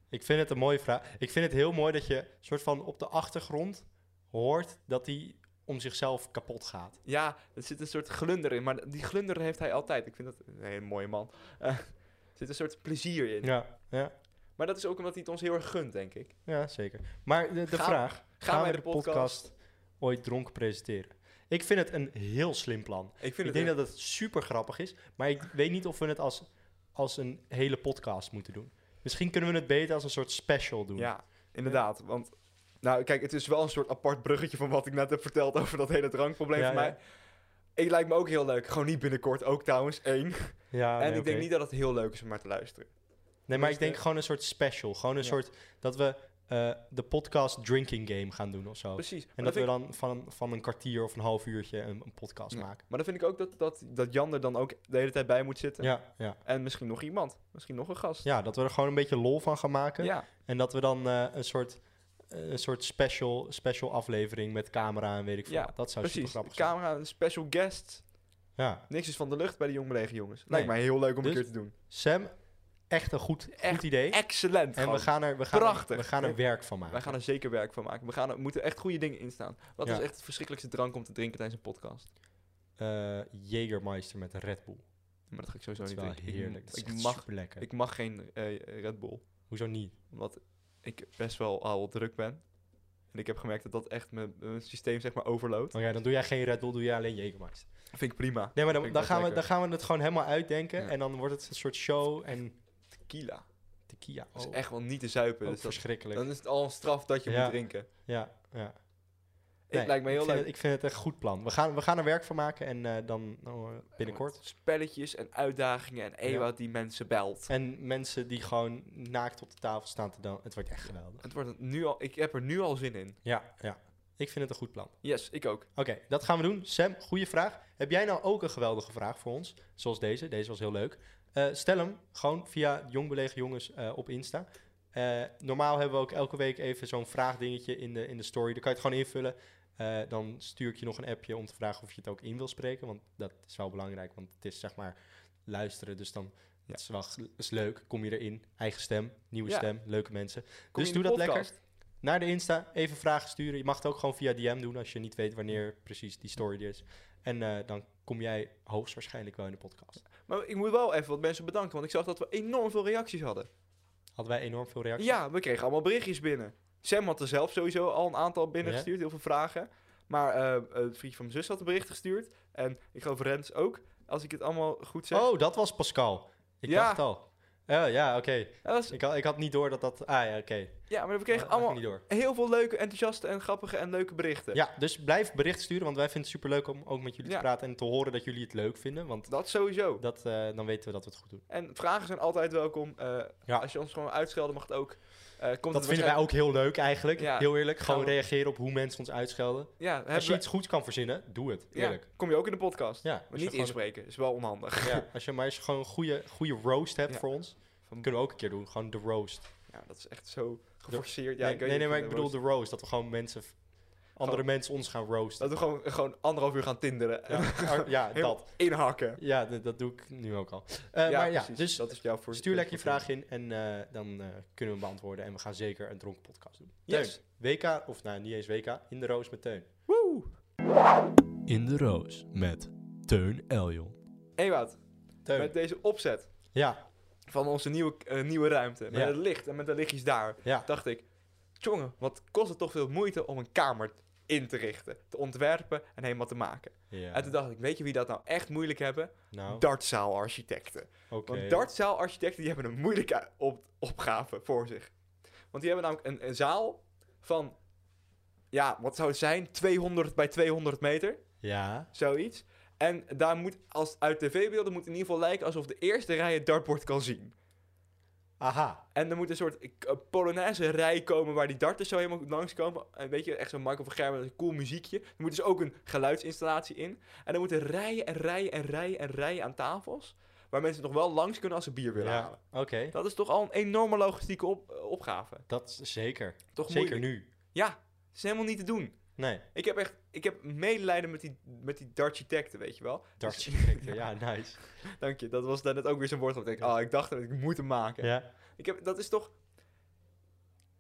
A: Ik vind het een mooie vraag. Ik vind het heel mooi dat je soort van op de achtergrond hoort dat hij om zichzelf kapot gaat.
B: Ja, er zit een soort glunder in. Maar die glunder heeft hij altijd. Ik vind dat een hele mooie man. Eh, er zit een soort plezier in.
A: Ja, ja,
B: Maar dat is ook omdat hij het ons heel erg gunt, denk ik.
A: ja zeker. Maar de, de
B: Gaan-
A: vraag...
B: Gaan, wij de podcast...
A: ooit dronken presenteren? Ik vind het een heel slim plan.
B: Ik vind
A: Ik
B: het
A: denk dat het super grappig is, maar ik weet niet of we het als, als een hele podcast moeten doen. Misschien kunnen we het beter als een soort special doen.
B: Ja, inderdaad. Want, nou kijk, het is wel een soort apart bruggetje van wat ik net heb verteld over dat hele drankprobleem
A: Ja,
B: van
A: ja.
B: mij. Ik lijkt me ook heel leuk. Gewoon niet binnenkort, ook trouwens, één.
A: Ja,
B: en
A: Ah, nee,
B: ik
A: oké. Oh.
B: denk niet dat het heel leuk is om maar te luisteren.
A: Nee, maar ik
B: Tenminste-
A: denk gewoon een soort special. Gewoon een
B: Ja.
A: soort dat we eh, de podcast drinking game gaan doen of zo.
B: Precies. Maar
A: En
B: dat
A: dat we
B: vind ik-
A: dan van, van een kwartier of een half uurtje een, een podcast
B: Ja.
A: maken.
B: Maar dan vind ik ook dat, dat, dat Jan er dan ook de hele tijd bij moet zitten.
A: Ja, ja.
B: En misschien nog iemand. Misschien nog een gast.
A: ja, Oh, dat we er gewoon een beetje lol van gaan maken.
B: Ja.
A: En dat we dan eh, een soort, eh, een soort special, special aflevering met camera en weet ik veel.
B: Ja,
A: wat. dat zou super
B: Precies,
A: grappig zijn.
B: camera, special guest.
A: Ja.
B: Niks is van de lucht bij de jongbelegen jongens. Lijkt
A: Nee.
B: mij heel leuk om
A: Dus-
B: een keer te doen.
A: Sam, echt een goed,
B: Echt
A: goed idee.
B: Excellent.
A: en we
B: gewoon.
A: gaan, er, we, gaan er,
B: Prachtig.
A: we gaan er werk van maken.
B: Wij gaan er zeker werk van maken. We gaan er, moeten echt goede dingen in staan. Wat
A: Ja.
B: is echt het verschrikkelijkste drank om te drinken tijdens een podcast?
A: Eh, Jägermeister met Red Bull.
B: Maar dat ga ik sowieso
A: Dat is
B: niet
A: wel
B: drinken. Ik-
A: heerlijk. Dat is
B: Ik,
A: echt
B: mag,
A: superlekker.
B: ik mag geen eh, Red Bull.
A: Hoezo niet?
B: Omdat ik best wel al druk ben. En ik heb gemerkt dat dat echt mijn, mijn systeem zeg maar overloopt.
A: Oké, dan doe jij geen Red Bull, doe jij alleen Jägermeister.
B: Vind ik prima.
A: Nee, maar dan,
B: Vind ik
A: dan
B: best
A: gaan we, dan
B: lekker.
A: gaan we het gewoon helemaal uitdenken.
B: Ja.
A: En dan wordt het een soort show en
B: Tequila.
A: tequila.
B: Dat is
A: Oh,
B: echt wel niet te zuipen.
A: ook
B: Dus dat,
A: verschrikkelijk.
B: dan is het al een straf dat je
A: Ja.
B: moet drinken.
A: Ja, ja.
B: Ik lijkt me heel
A: vind
B: leuk.
A: het- ik vind het echt een goed plan. We gaan, we gaan er werk van maken en eh, dan oh, eh, binnenkort.
B: Met Spelletjes en uitdagingen en Ewa die mensen belt.
A: En mensen die gewoon naakt op de tafel staan te dansen. Het wordt echt geweldig.
B: Het wordt nu al, ik heb er nu al zin in.
A: Ja, ja. Ik vind het een goed plan.
B: Yes, ik ook.
A: Oké, dat gaan we doen. Sam, goede vraag. Heb jij nou ook een geweldige vraag voor ons? Zoals deze. Deze was heel leuk. Eh, stel hem gewoon via Jongbelegen Jongens eh, op Insta. Eh, normaal hebben we ook elke week even zo'n vraagdingetje in de, in de story. Daar kan je het gewoon invullen. Eh, dan stuur ik je nog een appje om te vragen of je het ook in wil spreken. Want dat is wel belangrijk, want het is zeg maar luisteren. Dus dan
B: Ja.
A: het is wel het is leuk. Kom je erin. Eigen stem, nieuwe
B: Ja.
A: stem, leuke mensen.
B: Kom
A: dus
B: je in
A: doe
B: de
A: dat
B: podcast?
A: lekker naar de Insta, even vragen sturen. Je mag het ook gewoon via DM doen als je niet weet wanneer precies die story er is. En eh, dan kom jij hoogstwaarschijnlijk wel in de podcast.
B: Maar ik moet wel even wat mensen bedanken, want ik zag dat we enorm veel reacties hadden.
A: Hadden wij enorm veel reacties.
B: Ja, we kregen allemaal berichtjes binnen. Sam had er zelf sowieso al een aantal binnengestuurd, heel veel vragen. Maar eh, een vriendje van mijn zus had een bericht gestuurd. En ik geloof Rens ook, als ik het allemaal goed zeg.
A: oh, dat was Pascal. Ik
B: Ja.
A: dacht al. Oh, ja, oké.
B: Ja, dat is-
A: Ik, had- ik had niet door dat dat... Ah ja, oké.
B: ja, maar we
A: Dat had
B: kregen
A: ik
B: allemaal
A: niet door.
B: heel veel leuke, enthousiaste en grappige en leuke berichten.
A: Ja, dus blijf bericht sturen, want wij vinden het superleuk om ook met jullie
B: Ja.
A: te praten en te horen dat jullie het leuk vinden. Want
B: Dat sowieso.
A: dat, eh, dan weten we dat we het goed doen.
B: En vragen zijn altijd welkom. Eh,
A: Ja.
B: Als je ons gewoon uitschelden mag het ook. Eh, komt het
A: Dat vinden wij
B: waarschijnlijk-
A: ook heel leuk eigenlijk.
B: Ja.
A: Heel eerlijk, gewoon
B: Gaan we-
A: reageren op hoe mensen ons uitschelden.
B: Ja, hebben
A: Als je
B: wij-
A: iets goeds kan verzinnen, doe het.
B: ja,
A: Eerlijk.
B: kom je ook in de podcast.
A: Ja, als
B: Maar
A: je
B: niet
A: gewoon-
B: inspreken, is wel onhandig.
A: Ja, als je maar eens gewoon een goede, goede roast hebt
B: Ja.
A: voor ons.
B: Van-
A: Kunnen we ook een keer doen. Gewoon de roast.
B: Ja, dat is echt zo geforceerd. Ja,
A: nee,
B: ik
A: nee,
B: weet
A: nee,
B: niet,
A: maar
B: eh,
A: ik bedoel de roast. Dat we gewoon mensen... Andere
B: Gewoon-
A: mensen ons gaan
B: Dat
A: roosten.
B: we gewoon, gewoon anderhalf uur gaan tinderen.
A: Ja,
B: (laughs)
A: ar- ja,
B: Helemaal
A: dat.
B: Inhakken.
A: Ja, d- dat doe ik nu ook al. Eh, maar ja,
B: precies.
A: dus
B: dat is jouw voor
A: stuur lekker je
B: voor-
A: vraag in en eh, dan eh, kunnen we hem beantwoorden. En we gaan zeker een dronken podcast doen.
B: Yes.
A: Teun, WK, of nou niet eens WK, in de roos met Teun.
B: Woe!
A: In de roos met Teun Eljon.
B: Ewout,
A: Teun.
B: met deze opzet
A: Ja,
B: van onze nieuwe, eh, nieuwe ruimte. Met
A: Ja.
B: het licht en met de lichtjes daar.
A: ja.
B: dacht ik, jongen, wat kost het toch veel moeite om een kamer in te richten, te ontwerpen en helemaal te maken.
A: ja.
B: En toen dacht ik, weet je wie dat nou echt moeilijk hebben?
A: nou,
B: Dartzaalarchitecten.
A: oké.
B: Want dartzaalarchitecten die hebben een moeilijke op opgave voor zich. Want die hebben namelijk een, een zaal van, ja, wat zou het zijn? 200 bij 200 meter,
A: Ja,
B: zoiets. En daar moet, als, uit tv-beelden moet in ieder geval lijken alsof de eerste rij het dartbord kan zien.
A: aha.
B: En er moet een soort ik- eh, Polonaise rij komen waar die darters zo helemaal langskomen. En weet je, echt zo'n Michael van Gerwen met een cool muziekje. Er moet dus ook een geluidsinstallatie in. En er moeten rijen en rijen en rijen en rijen aan tafels. Waar mensen nog wel langs kunnen als ze bier willen halen.
A: Ja, oké.
B: Dat is toch al een enorme logistieke op- eh, opgave.
A: Dat is zeker.
B: Toch
A: zeker
B: moeilijk.
A: nu.
B: Ja, het is helemaal niet te doen.
A: Nee,
B: Ik heb echt ik heb medelijden met die, met die dartchitecten, weet je wel. (laughs)
A: Dark
B: Dus-
A: Detector. ja, nice.
B: Dank je, dat was net ook weer zo'n woord. Dat ik denk, ah, ik dacht dat ik moet hem maken.
A: Ja,
B: Ik heb, dat is toch...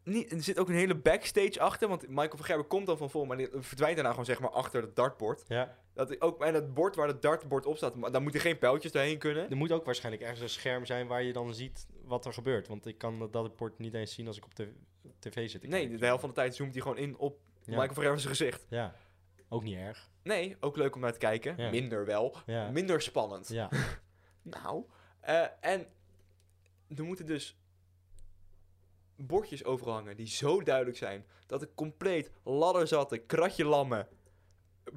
B: Niet, er zit ook een hele backstage achter, want Michael van Gerber komt dan van vol, maar die verdwijnt daarna gewoon zeg maar achter het dartbord.
A: ja.
B: Dat i- ook, en het bord waar het dartbord op staat, maar daar moeten geen pijltjes doorheen kunnen.
A: Er moet ook waarschijnlijk ergens een scherm zijn waar je dan ziet wat er gebeurt. Want ik kan dat- dat bord niet eens zien als ik op de tv zit. te
B: Nee,
A: kijken.
B: de helft van de tijd zoomt hij gewoon in op
A: Ja.
B: Michael van Gerber's gezicht.
A: Ja, ook niet erg.
B: Nee, ook leuk om naar te kijken.
A: Ja.
B: Minder wel.
A: Ja,
B: Minder spannend.
A: ja.
B: Nou, eh, en er moeten dus bordjes overal hangen die zo duidelijk zijn dat een compleet ladderzatte, kratjelammen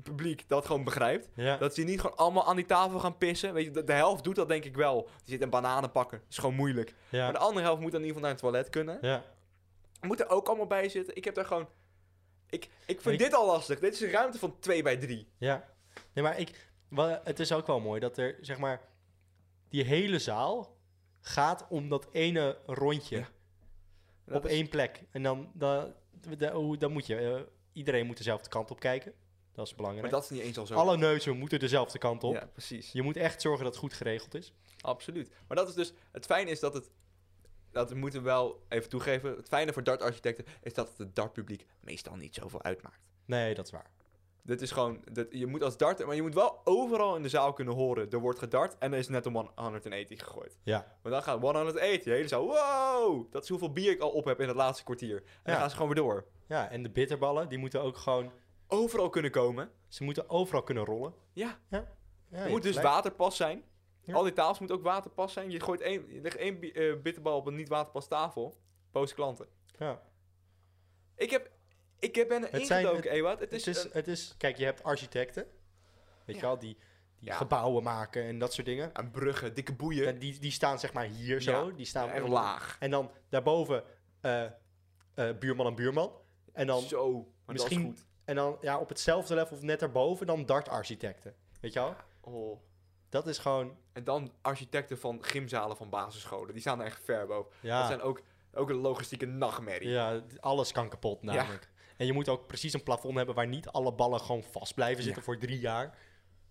B: publiek dat gewoon begrijpt.
A: ja.
B: (laughs) Dat ze niet gewoon allemaal aan die tafel gaan pissen. Weet je, de, de helft doet dat denk ik wel. Er zit een bananen pakken. Dat is gewoon moeilijk. Maar de
A: ja.
B: andere helft moet dan in ieder geval naar het toilet kunnen.
A: ja.
B: Moet er ook allemaal bij zitten. Ik heb daar gewoon... Ik, ik vind
A: Ik-
B: dit al lastig. Dit is een ruimte van 2 bij 3.
A: Ja. Nee, maar ik, wel, het is ook wel mooi dat er, zeg maar, die hele zaal gaat om dat ene rondje
B: Ja.
A: op één plek. En dan, dan, dan, hoe- dan moet je, eh, iedereen moet dezelfde kant op kijken. Dat is
B: Maar
A: belangrijk.
B: dat is niet eens al zo.
A: Alle neuzen moeten dezelfde kant op.
B: Ja, precies.
A: Je moet echt zorgen dat het goed geregeld is.
B: Absoluut. Maar dat is dus. Het fijne is dat het. Dat moeten we wel even toegeven. Het fijne voor dartarchitecten is dat het het dartpubliek meestal niet zoveel uitmaakt.
A: Nee, dat is waar.
B: Dit is gewoon. Dat, je moet als darter. Maar je moet wel overal in de zaal kunnen horen. Er wordt gedart en er is net om 180 gegooid.
A: Ja.
B: Maar dan gaat 180. De hele zaal. Wow! Dat is hoeveel bier ik al op heb in het laatste kwartier. En dan
A: Ja.
B: gaan ze gewoon weer door.
A: Ja, en de bitterballen, die moeten ook gewoon...
B: Overal kunnen komen.
A: Ze moeten overal kunnen rollen.
B: Ja.
A: Ja,
B: Er
A: je
B: moet dus
A: hebt gelijk.
B: waterpas zijn.
A: Ja.
B: Al die tafels moeten ook waterpas zijn. Je, gooit één, je legt één bi- eh, bitterbal op een niet waterpas tafel. Boos klanten.
A: Ja.
B: Ik heb, ik heb ben
A: Het
B: ingedoken,
A: zijn-
B: Ewad. Het is,
A: Het, is,
B: een-
A: het is... Kijk, je hebt architecten. Weet je
B: Ja.
A: wel, die, die
B: Ja.
A: gebouwen maken en dat soort dingen.
B: aan bruggen, dikke boeien.
A: En die, die staan zeg maar hier
B: Ja.
A: zo. Die staan
B: en laag.
A: En dan daarboven eh, eh, buurman en buurman. En dan,
B: Zo, maar
A: misschien-
B: dat is
A: en dan ja, op hetzelfde level of net daarboven dan dartarchitecten. Weet je wel?
B: goed. Oh.
A: Dat is gewoon...
B: En dan architecten van gymzalen van basisscholen. Die staan er echt ver boven. Dat
A: Ja,
B: zijn ook, ook een logistieke nachtmerrie.
A: Ah. ja, d- alles kan kapot namelijk. En je moet ook precies een plafond hebben waar niet alle ballen gewoon vast blijven zitten voor drie jaar.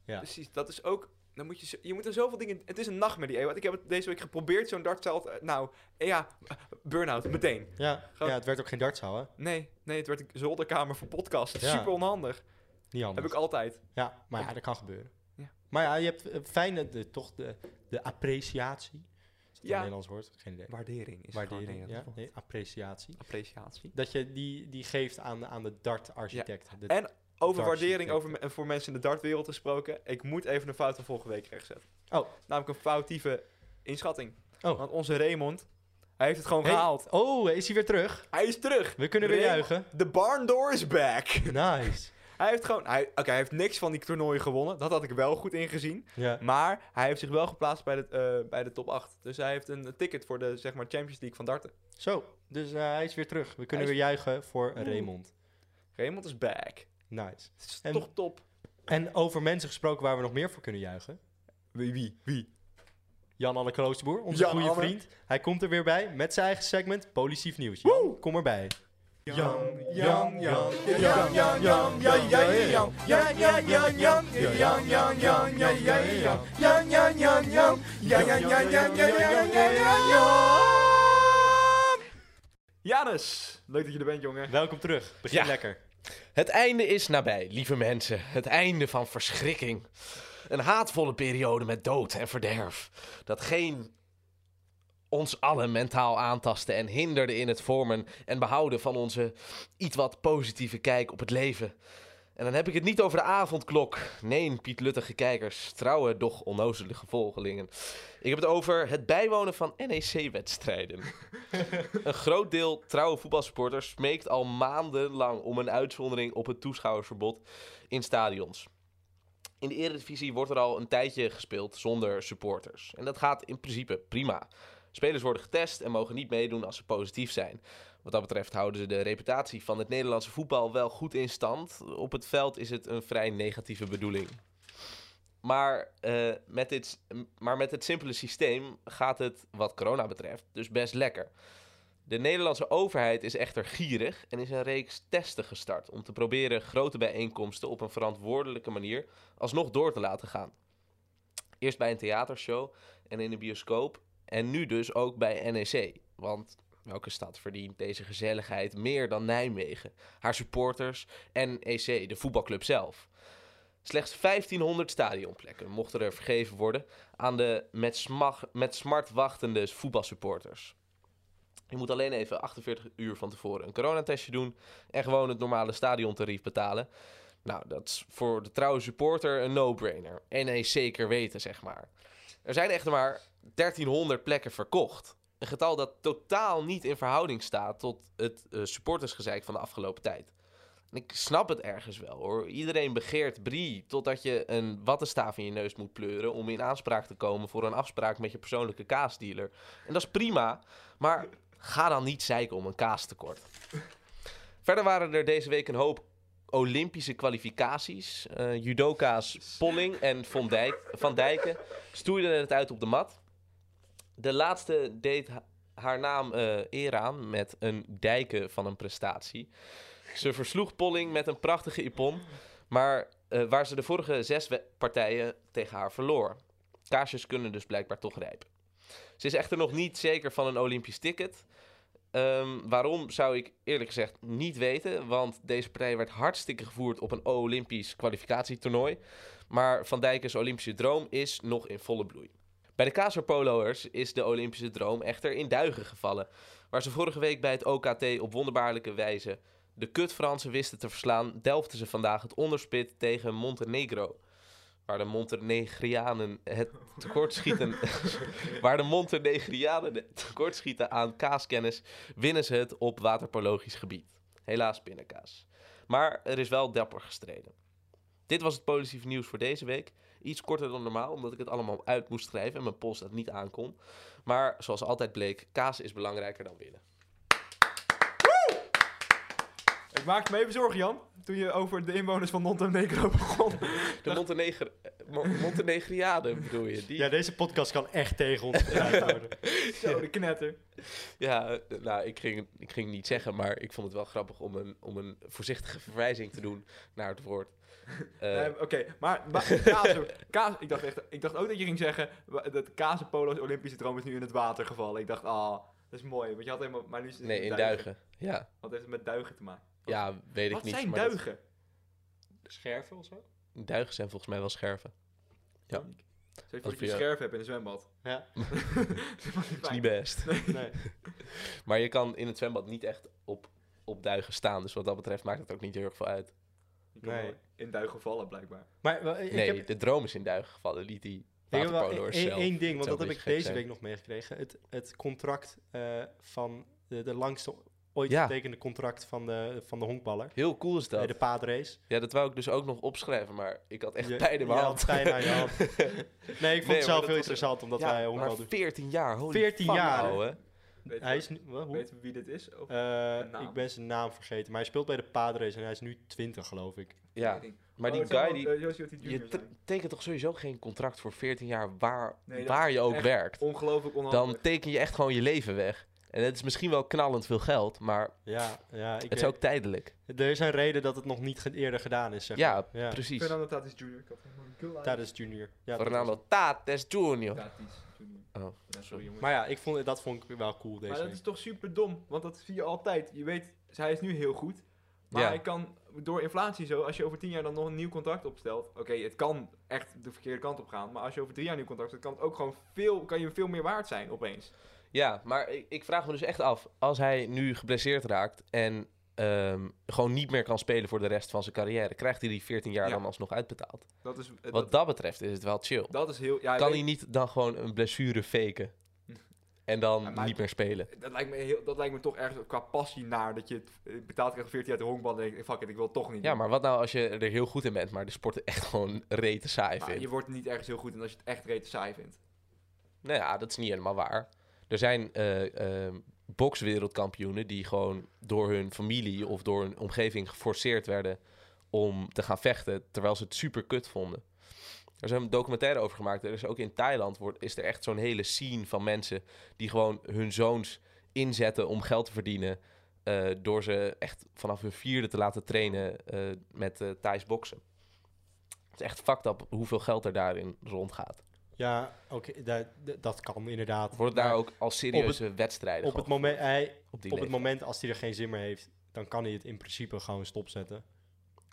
A: Ja.
B: Precies, dat is ook... Dan moet je, zo- je moet er zoveel dingen... Het is een nachtmerrie, Ewad. Ik heb het deze week geprobeerd, zo'n dartzaal. te- Nou, eh, ja, burn-out, meteen.
A: Ja,
B: Gewoon-
A: ja het werd ook geen dartzaal, hè?
B: Nee, nee, het werd een zolderkamer voor podcast.
A: Ja.
B: Super onhandig.
A: Niet anders.
B: Heb ik altijd.
A: Ja, maar ja, dat kan gebeuren.
B: Ja.
A: Maar ja, je hebt eh, fijne, de, toch de, de appreciatie. Is dat een
B: Ja.
A: Nederlands woord? Geen idee.
B: Waardering is gewoon
A: Waardering, ja.
B: Nederlands woord.
A: Nee, appreciatie.
B: Appreciatie.
A: Dat je die, die geeft aan, aan de dart-architect. De-
B: En over
A: Darts
B: waardering over,
A: detector.
B: me- voor mensen in de dartwereld gesproken. Ik moet even een fout van vorige week rechtzetten.
A: Oh.
B: Namelijk een foutieve inschatting.
A: Oh.
B: Want onze Raymond, hij heeft het gewoon
A: Hey,
B: gehaald.
A: Oh, is hij weer terug?
B: Hij is terug.
A: We kunnen weer
B: Raymond. (laughs)
A: juichen.
B: The barn door is back.
A: Nice.
B: hij heeft gewoon... hij- Oké, hij heeft niks van die toernooien gewonnen. Dat had ik wel goed ingezien.
A: Ja.
B: Maar hij heeft zich wel geplaatst bij de, eh, bij de top 8. Dus hij heeft een ticket voor de zeg maar, Champions League van darten.
A: Zo, dus eh, hij is weer terug. We kunnen
B: Hij Mm.
A: weer juichen voor
B: Oeh.
A: Raymond.
B: Raymond is back.
A: Nice.
B: Het is
A: En-
B: toch top.
A: En over mensen gesproken waar we nog meer voor kunnen juichen.
B: Wie, wie, wie?
A: Jan-Anne Kloosterboer, onze
B: Jan
A: goede
B: Anne.
A: vriend. Hij komt er weer bij met zijn eigen segment Policief Nieuws. Jan, kom erbij.
D: Jan, Jan, Jan, Jan, Jan, Jan, ja, ja, ja, Jan, Jan, Jan, Jan, Jan, ja, Jan, Jan, Jan, ja, ja, ja, Jan, Jan, Jan, Jan, Jan, ja, ja, ja, ja, ja, ja, ja, ja, ja, Jan.
B: Janus! Leuk dat je er bent, jongen.
A: Welkom terug. Begin
F: Ja.
A: lekker.
F: Het einde is nabij, lieve mensen. Het einde van verschrikking. Een haatvolle periode met dood en verderf. Dat geen ons allen mentaal aantastte en hinderde in het vormen en behouden van onze iets wat positieve kijk op het leven. En dan heb ik het niet over de avondklok. Nee, Piet Luttige kijkers, trouwe, doch onnozele gevolgelingen. Ik heb het over het bijwonen van E NEC-wedstrijden. Een groot deel trouwe voetbalsupporters smeekt al maandenlang om een uitzondering op het toeschouwersverbod in stadions. In de Eredivisie wordt er al een tijdje gespeeld zonder supporters. En dat gaat in principe prima. Spelers worden getest en mogen niet meedoen als ze positief zijn. Wat dat betreft houden ze de reputatie van het Nederlandse voetbal wel goed in stand. Op het veld is het een vrij negatieve bedoeling. Maar, eh, met, dit, maar met het simpele systeem gaat het, wat corona betreft, dus best lekker. De Nederlandse overheid is echter gierig en is een reeks testen gestart om te proberen grote bijeenkomsten op een verantwoordelijke manier alsnog door te laten gaan. Eerst bij een theatershow en in de bioscoop en nu dus ook bij NEC. Want welke stad verdient deze gezelligheid meer dan Nijmegen, haar supporters en EC, de voetbalclub zelf? Slechts 1500 stadionplekken mochten er vergeven worden aan de met, smag, met smart wachtende voetbalsupporters. Je moet alleen even 48 uur van tevoren een coronatestje doen en gewoon het normale stadiontarief betalen. Nou, dat is voor de trouwe supporter een no-brainer. En hij zeker weten, zeg maar. Er zijn echter maar 1300 plekken verkocht. Een getal dat totaal niet in verhouding staat tot het eh, supportersgezeik van de afgelopen tijd. En ik snap het ergens wel hoor. Iedereen begeert brie totdat je een wattenstaaf in je neus moet pleuren om in aanspraak te komen voor een afspraak met je persoonlijke kaasdealer. En dat is prima, maar Ga dan niet zeiken om een kaastekort. Verder waren er deze week een hoop Olympische kwalificaties. Eh, judoka's Polling en Van, Dijk, van Dijken stoeiden het uit op de mat. De laatste deed ha- haar naam eh eer aan met een dijken van een prestatie. Ze versloeg Polling met een prachtige ipon. Maar eh, waar ze de vorige zes we- partijen tegen haar verloor. Kaasjes kunnen dus blijkbaar toch rijpen. Ze is echter nog niet zeker van een Olympisch ticket. Ehm, waarom zou ik eerlijk gezegd niet weten, want deze partij werd hartstikke gevoerd op een Olympisch kwalificatietoernooi. Maar Van Dijkens Olympische droom is nog in volle bloei. Bij de Kazerpoloers is de Olympische droom echter in duigen gevallen. Waar ze vorige week bij het OKT op wonderbaarlijke wijze de kut Fransen wisten te verslaan, delften ze vandaag het onderspit tegen Montenegro. Waar de Montenegrianen het tekortschieten. (laughs) waar de Montenegrianen het tekortschieten aan kaaskennis, winnen ze het op waterpologisch gebied. Helaas binnenkaas. Maar er is wel dapper gestreden. Dit was het positieve nieuws voor deze week. Iets korter dan normaal, omdat ik het allemaal uit moest schrijven en mijn post dat niet aankon. Maar zoals altijd bleek, kaas is belangrijker dan winnen.
B: Ik maakte me even zorgen, Jan, toen je over de inwoners van Montenegro begon.
F: De Montenegr Mon- Montenegrianen bedoel je? Die...
A: Ja, deze podcast kan echt tegen
F: (laughs)
A: ons gebruikt worden.
B: Zo, de knetter.
F: Ja, eh, nou, ik ging, ik ging niet zeggen, maar ik vond het wel grappig om een, om een voorzichtige verwijzing te doen naar het woord. Eh,
B: Ehm, Oké, maar ba- kaas, hoor. kaas, ik, dacht echt, ik dacht ook dat je ging zeggen wa- dat kazenpolo's Olympische droom is nu in het water gevallen. Ik dacht, ah, dat is mooi, want je had helemaal... Maar nu is het
F: nee,
B: met
F: in duigen. Ja,
B: Wat heeft het met duigen te maken?
F: ja, weet ik
B: Wat
F: niet.
B: zijn
F: maar dat-
B: duigen?
A: Scherven of zo?
F: duigen zijn volgens mij wel scherven. Ja.
B: Zoals
F: Als
B: je
F: we-
B: een scherf hebt in een zwembad.
A: Ja.
B: (laughs)
F: Dat is niet best.
A: Nee.
F: Maar je kan in het zwembad niet echt op, op duigen staan. Dus wat dat betreft maakt het ook niet heel erg veel uit.
A: Nee.
B: Nee. In duigen vallen, blijkbaar.
A: Maar wel, ik
F: Nee,
A: heb,
F: de droom is in duigen gevallen. Liet die
A: ik heb wel e-
F: waterpoloers
A: één-
F: zelf.
A: één ding,
F: Het
A: want
F: zou
A: dat heb
F: een
A: ik
F: beetje gek
A: deze
F: zijn.
A: week nog meegekregen. Het, het contract eh, van de, de langste ooit
F: Ja.
A: getekende contract van de, van de honkballer.
F: Heel cool is
A: Bij
F: dat.
A: de paadrace.
F: Ja, dat wou ik dus ook nog opschrijven, maar ik had echt
A: Je-
F: pijn in mijn
A: je
F: hand.
A: had pijn
F: (laughs)
A: aan je hand. Nee, ik vond
F: maar
A: het zelf
F: dat
A: heel
F: was-
A: interessant, omdat wij
F: Ja,
A: honkbal
F: maar
A: doen.
F: 14 jaar, holy
A: 14
F: fuck, nou,
A: jaar.
F: ouwe.
B: Weet
A: Hij
B: je
A: is nu... wa- hoe?
B: weten we wie dit is? Oh, Of
A: Eh,
B: Een naam.
A: ik ben zijn naam vergeten, maar hij speelt bij de Padres en hij is nu 20, geloof ik.
F: Ja,
B: Weet ik.
F: maar
B: Oh,
F: die
B: het zou
F: guy, die,
B: wel, eh, Josio T. Jr.
F: je
B: zijn.
F: te- tekent toch sowieso geen contract voor 14 jaar waar,
B: Nee, dat
F: waar
B: is
F: je ook
B: echt
F: werkt.
B: Ongelooflijk onhandig.
F: Dan teken je echt gewoon je leven weg. En dat is misschien wel knallend veel geld, maar
A: Ja, ja ik
F: het is
A: weet-
F: ook tijdelijk.
A: er is een reden dat het nog niet ge- eerder gedaan is, zeg maar.
F: Ja,
A: Ja.
F: precies.
B: Fernando Tatis Jr. Ik had helemaal een guy.
A: Tijdens junior. Ja, dat was
F: Fernando Tates Jr.
B: Tatis Jr.
F: Oh.
B: Ja, sorry jongens.
A: het. Maar ja, ik vond, dat vond ik wel cool
B: Maar
A: deze
B: dat
A: week.
B: is toch super dom, want dat zie je altijd. Je weet, hij is nu heel goed. Maar
F: Ja.
B: hij kan door inflatie zo, als je over tien jaar dan nog een nieuw contract opstelt. Oké, het kan echt de verkeerde kant op gaan. Maar als je over drie jaar een nieuw contract hebt, kan het ook gewoon veel, kan je veel meer waard zijn opeens.
F: Ja, maar ik, ik vraag me dus echt af, als hij nu geblesseerd raakt en ehm, gewoon niet meer kan spelen voor de rest van zijn carrière, krijgt hij die 14 jaar
B: Ja.
F: dan alsnog uitbetaald?
B: Dat is, eh,
F: Wat
B: dat,
F: dat betreft is het wel chill.
B: dat is heel. Ja,
F: kan
B: weet-
F: hij niet dan gewoon een blessure
B: (laughs)
F: faken?
B: Ja,
F: En dan
B: maar-
F: niet meer spelen?
B: dat, lijkt me heel, dat lijkt me toch ergens qua passie naar dat je het eh, betaald krijgt voor 14 jaar de honkbal. En denk ik, fuck it, ik wil het toch niet.
F: Ja,
B: doen.
F: maar wat nou als je er heel goed in bent, maar de sport echt gewoon rete saai
B: Maar
F: vindt?
B: je wordt niet ergens heel goed in als je het echt reet saai vindt.
F: Nou ja, dat is niet helemaal waar. Er zijn eh eh, bokswereldkampioenen die gewoon door hun familie of door hun omgeving geforceerd werden om te gaan vechten, terwijl ze het super kut vonden. Er is een documentaire over gemaakt. Er is ook in Thailand wordt, is er echt zo'n hele scene van mensen die gewoon hun zoons inzetten om geld te verdienen. eh, door ze echt vanaf hun vierde te laten trainen eh, met eh Thais boksen. Het is echt fucked up hoeveel geld er daarin rondgaat.
A: Ja, oké, da- da- dat kan inderdaad.
F: Wordt daar
A: Maar
F: ook als serieuze wedstrijden
A: op het,
F: gewoon
A: moment, hij,
F: op die
A: op het
F: leeftijd.
A: moment als hij er geen zin meer heeft, dan kan hij het in principe gewoon stopzetten.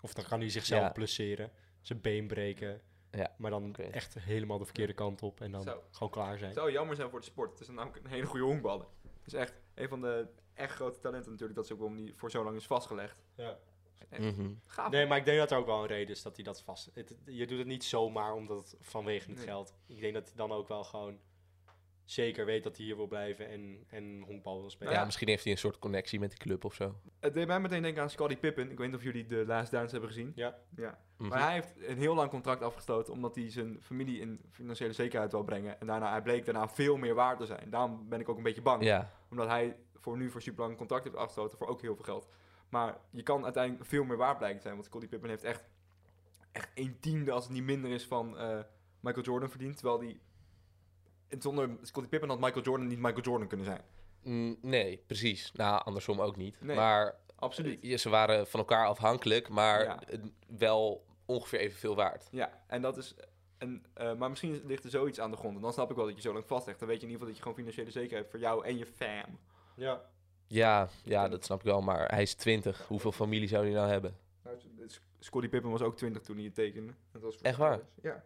A: Of dan kan hij zichzelf
F: Ja.
A: blesseren, zijn been breken.
F: Ja,
A: Maar dan
F: oké.
A: echt helemaal de verkeerde kant op en dan
B: Zo.
A: gewoon klaar zijn.
B: Het zou jammer zijn voor de sport. Het is namelijk een hele goede honkballer. Het is echt een van de echt grote talenten natuurlijk. Dat is ook waarom die voor zo lang is vastgelegd.
A: Ja.
F: Mhm.
B: Gaaf.
A: Nee, maar ik denk dat er ook wel een reden is dat hij dat vast... Het, je doet het niet zomaar omdat het vanwege het
B: Nee.
A: geld. Ik denk dat hij dan ook wel gewoon zeker weet dat hij hier wil blijven en, en honkbal wil spelen.
F: Ja,
B: Ja.
F: misschien heeft hij een soort connectie met die club of zo.
B: Het deed mij meteen denken aan Scottie Pippen. Ik weet niet of jullie de Last Dance hebben gezien.
A: Ja.
B: ja.
F: Mhm.
B: Maar hij heeft een heel lang contract afgesloten. Omdat hij zijn familie in financiële zekerheid wil brengen. En daarna, hij bleek daarna veel meer waard te zijn. Daarom ben ik ook een beetje bang.
F: Ja,
B: Omdat hij voor nu voor super lang een contract heeft afgesloten. Voor ook heel veel geld. Maar je kan uiteindelijk veel meer waard blijken te zijn. Want Scottie Pippen heeft echt, echt een tiende, als het niet minder is, van eh, Michael Jordan verdiend. Terwijl die. en Zonder Scottie Pippen had Michael Jordan niet Michael Jordan kunnen zijn.
F: Mm, nee, precies. Nou, andersom ook niet.
B: Nee.
F: Maar
B: absoluut.
F: Ja, ze waren van elkaar afhankelijk, maar
B: Ja.
F: eh, wel ongeveer evenveel waard.
B: Ja, en dat is. En, eh, maar misschien ligt er zoiets aan de grond. En dan snap ik wel dat je zo lang vastlegt. Dan weet je in ieder geval dat je gewoon financiële zekerheid hebt voor jou en je fam.
A: Ja.
F: Ja, ja, dat snap ik wel, maar hij is 20. Hoeveel familie zou hij nou hebben?
B: Nou, S- Scottie Pippen was ook 20 toen hij het tekende. Dat was voor
F: Echt waar?
B: Ja.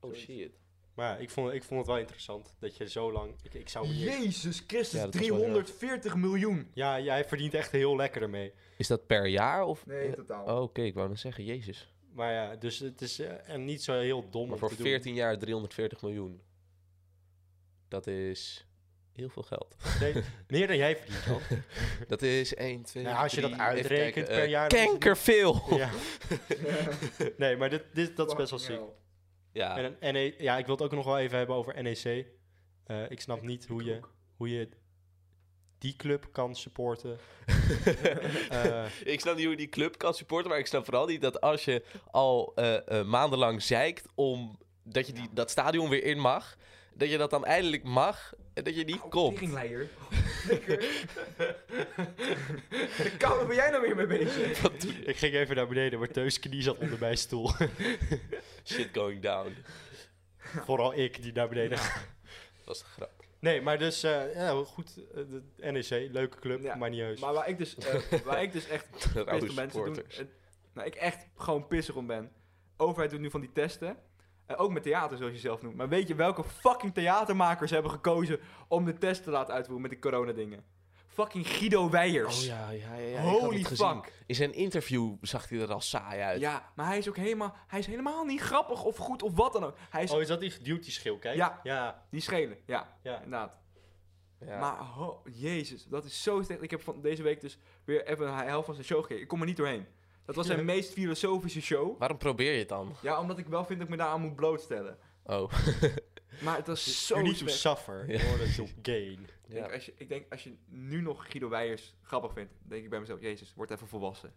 F: Oh shit.
A: Maar ja, ik vond, ik vond het wel interessant dat je zo lang... Ik, ik zou me niet-
B: Jezus Christus,
F: Ja, dat was wel heel erg.
B: 340 miljoen.
A: Ja, jij verdient echt heel lekker ermee.
F: Is dat per jaar of?
B: Nee, in
F: eh,
B: totaal.
F: Oh, Oké, ik wou net zeggen, jezus.
A: Maar ja, dus het is eh, en niet zo heel dom
F: Maar
A: om
F: voor
A: te doen.
F: 14 jaar 340 miljoen. Dat is heel veel geld.
A: Nee, meer dan jij verdient dan. (laughs)
F: Dat is 1, 2,
A: Nou, als je dat uitrekent per
F: eh,
A: jaar, dan is het niet-
F: Kankerveel!
A: Ja. nee, maar dit, dit, dat is best wel ziek.
F: (laughs) Ja.
A: En, een NE ja, ik wil het ook nog wel even hebben over NEC. Eh, ik snap niet hoe je, hoe je die club kan supporten. (laughs)
F: (laughs)
A: Eh,
F: ik snap niet hoe je die club kan supporten, maar ik snap vooral niet dat als je al eh, eh, maandenlang zeikt om dat je die, dat stadion weer in mag, dat je dat dan eindelijk mag en dat je
B: Oh,
F: niet (laughs) komt.
B: Teringleier. De koude ben jij nou weer mee bezig?
F: (laughs) Wat doe je?
A: ik ging even naar beneden, maar Teus knie zat onder mijn stoel.
F: Shit going down.
A: (laughs) Vooral ik die naar beneden ging.
F: Dat was de grap.
A: Nee, maar dus eh, ja, goed. eh, de NEC, leuke club,
B: Ja,
A: maar niet heus.
B: Maar waar ik dus, eh, waar ik dus echt
F: Oude
B: pissig om mensen doen.
F: supporters.
B: eh, nou, ik echt gewoon pissig om ben. Overheid doet nu van die testen. Eh, ook met theater, zoals je zelf noemt. Maar weet je welke fucking theatermakers hebben gekozen om de test te laten uitvoeren met de coronadingen? Fucking Guido Weijers.
F: Oh ja, ja, ja. ja. ik had
B: Holy
F: het gezien.
B: fuck.
F: In zijn interview zag hij er al saai uit.
B: Ja, maar hij is ook helemaal, hij is helemaal niet grappig of goed of wat dan ook. Hij is,
A: Oh, is dat die geduwd schil? Kijk.
B: Ja.
A: ja.
B: die schelen, ja,
A: Ja.
B: inderdaad.
F: Ja.
B: Maar, ho- jezus, dat is zo sterk. Ik heb van deze week dus weer even de helft van zijn show gekeken. Ik kom er niet doorheen. Dat was zijn meest filosofische show.
F: Waarom probeer je het dan?
B: Ja, omdat ik wel vind dat ik me daaraan moet blootstellen.
F: Oh.
B: Maar het
A: (laughs)
B: was zo
A: You need to
B: slecht.
A: suffer in order to gain.
F: (laughs)
B: Ik denk, als je, ik denk, als je nu nog Guido Weijers grappig vindt, denk ik bij mezelf, jezus, word even volwassen.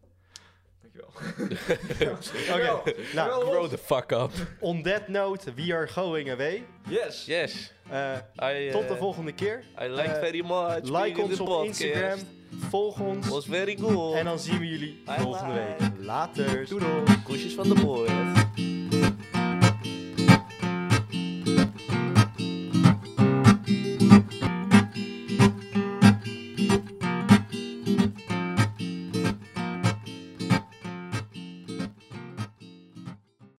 B: Dankjewel.
A: Oké, nou,
B: Jawel,
F: Grow
B: Rolf.
F: the fuck up.
A: on that note, we are going away.
B: Yes.
F: Yes.
A: Eh,
F: I,
A: tot de
F: eh,
A: volgende keer.
F: I like
A: Eh,
F: very much. being
A: Like
F: in
A: ons
F: the
A: op
F: podcast.
A: Instagram. Volg ons.
F: Was very good.
A: En dan zien we jullie
F: Bye
A: volgende
F: bye.
A: week. Later.
F: Doei doei. Kusjes van de boys.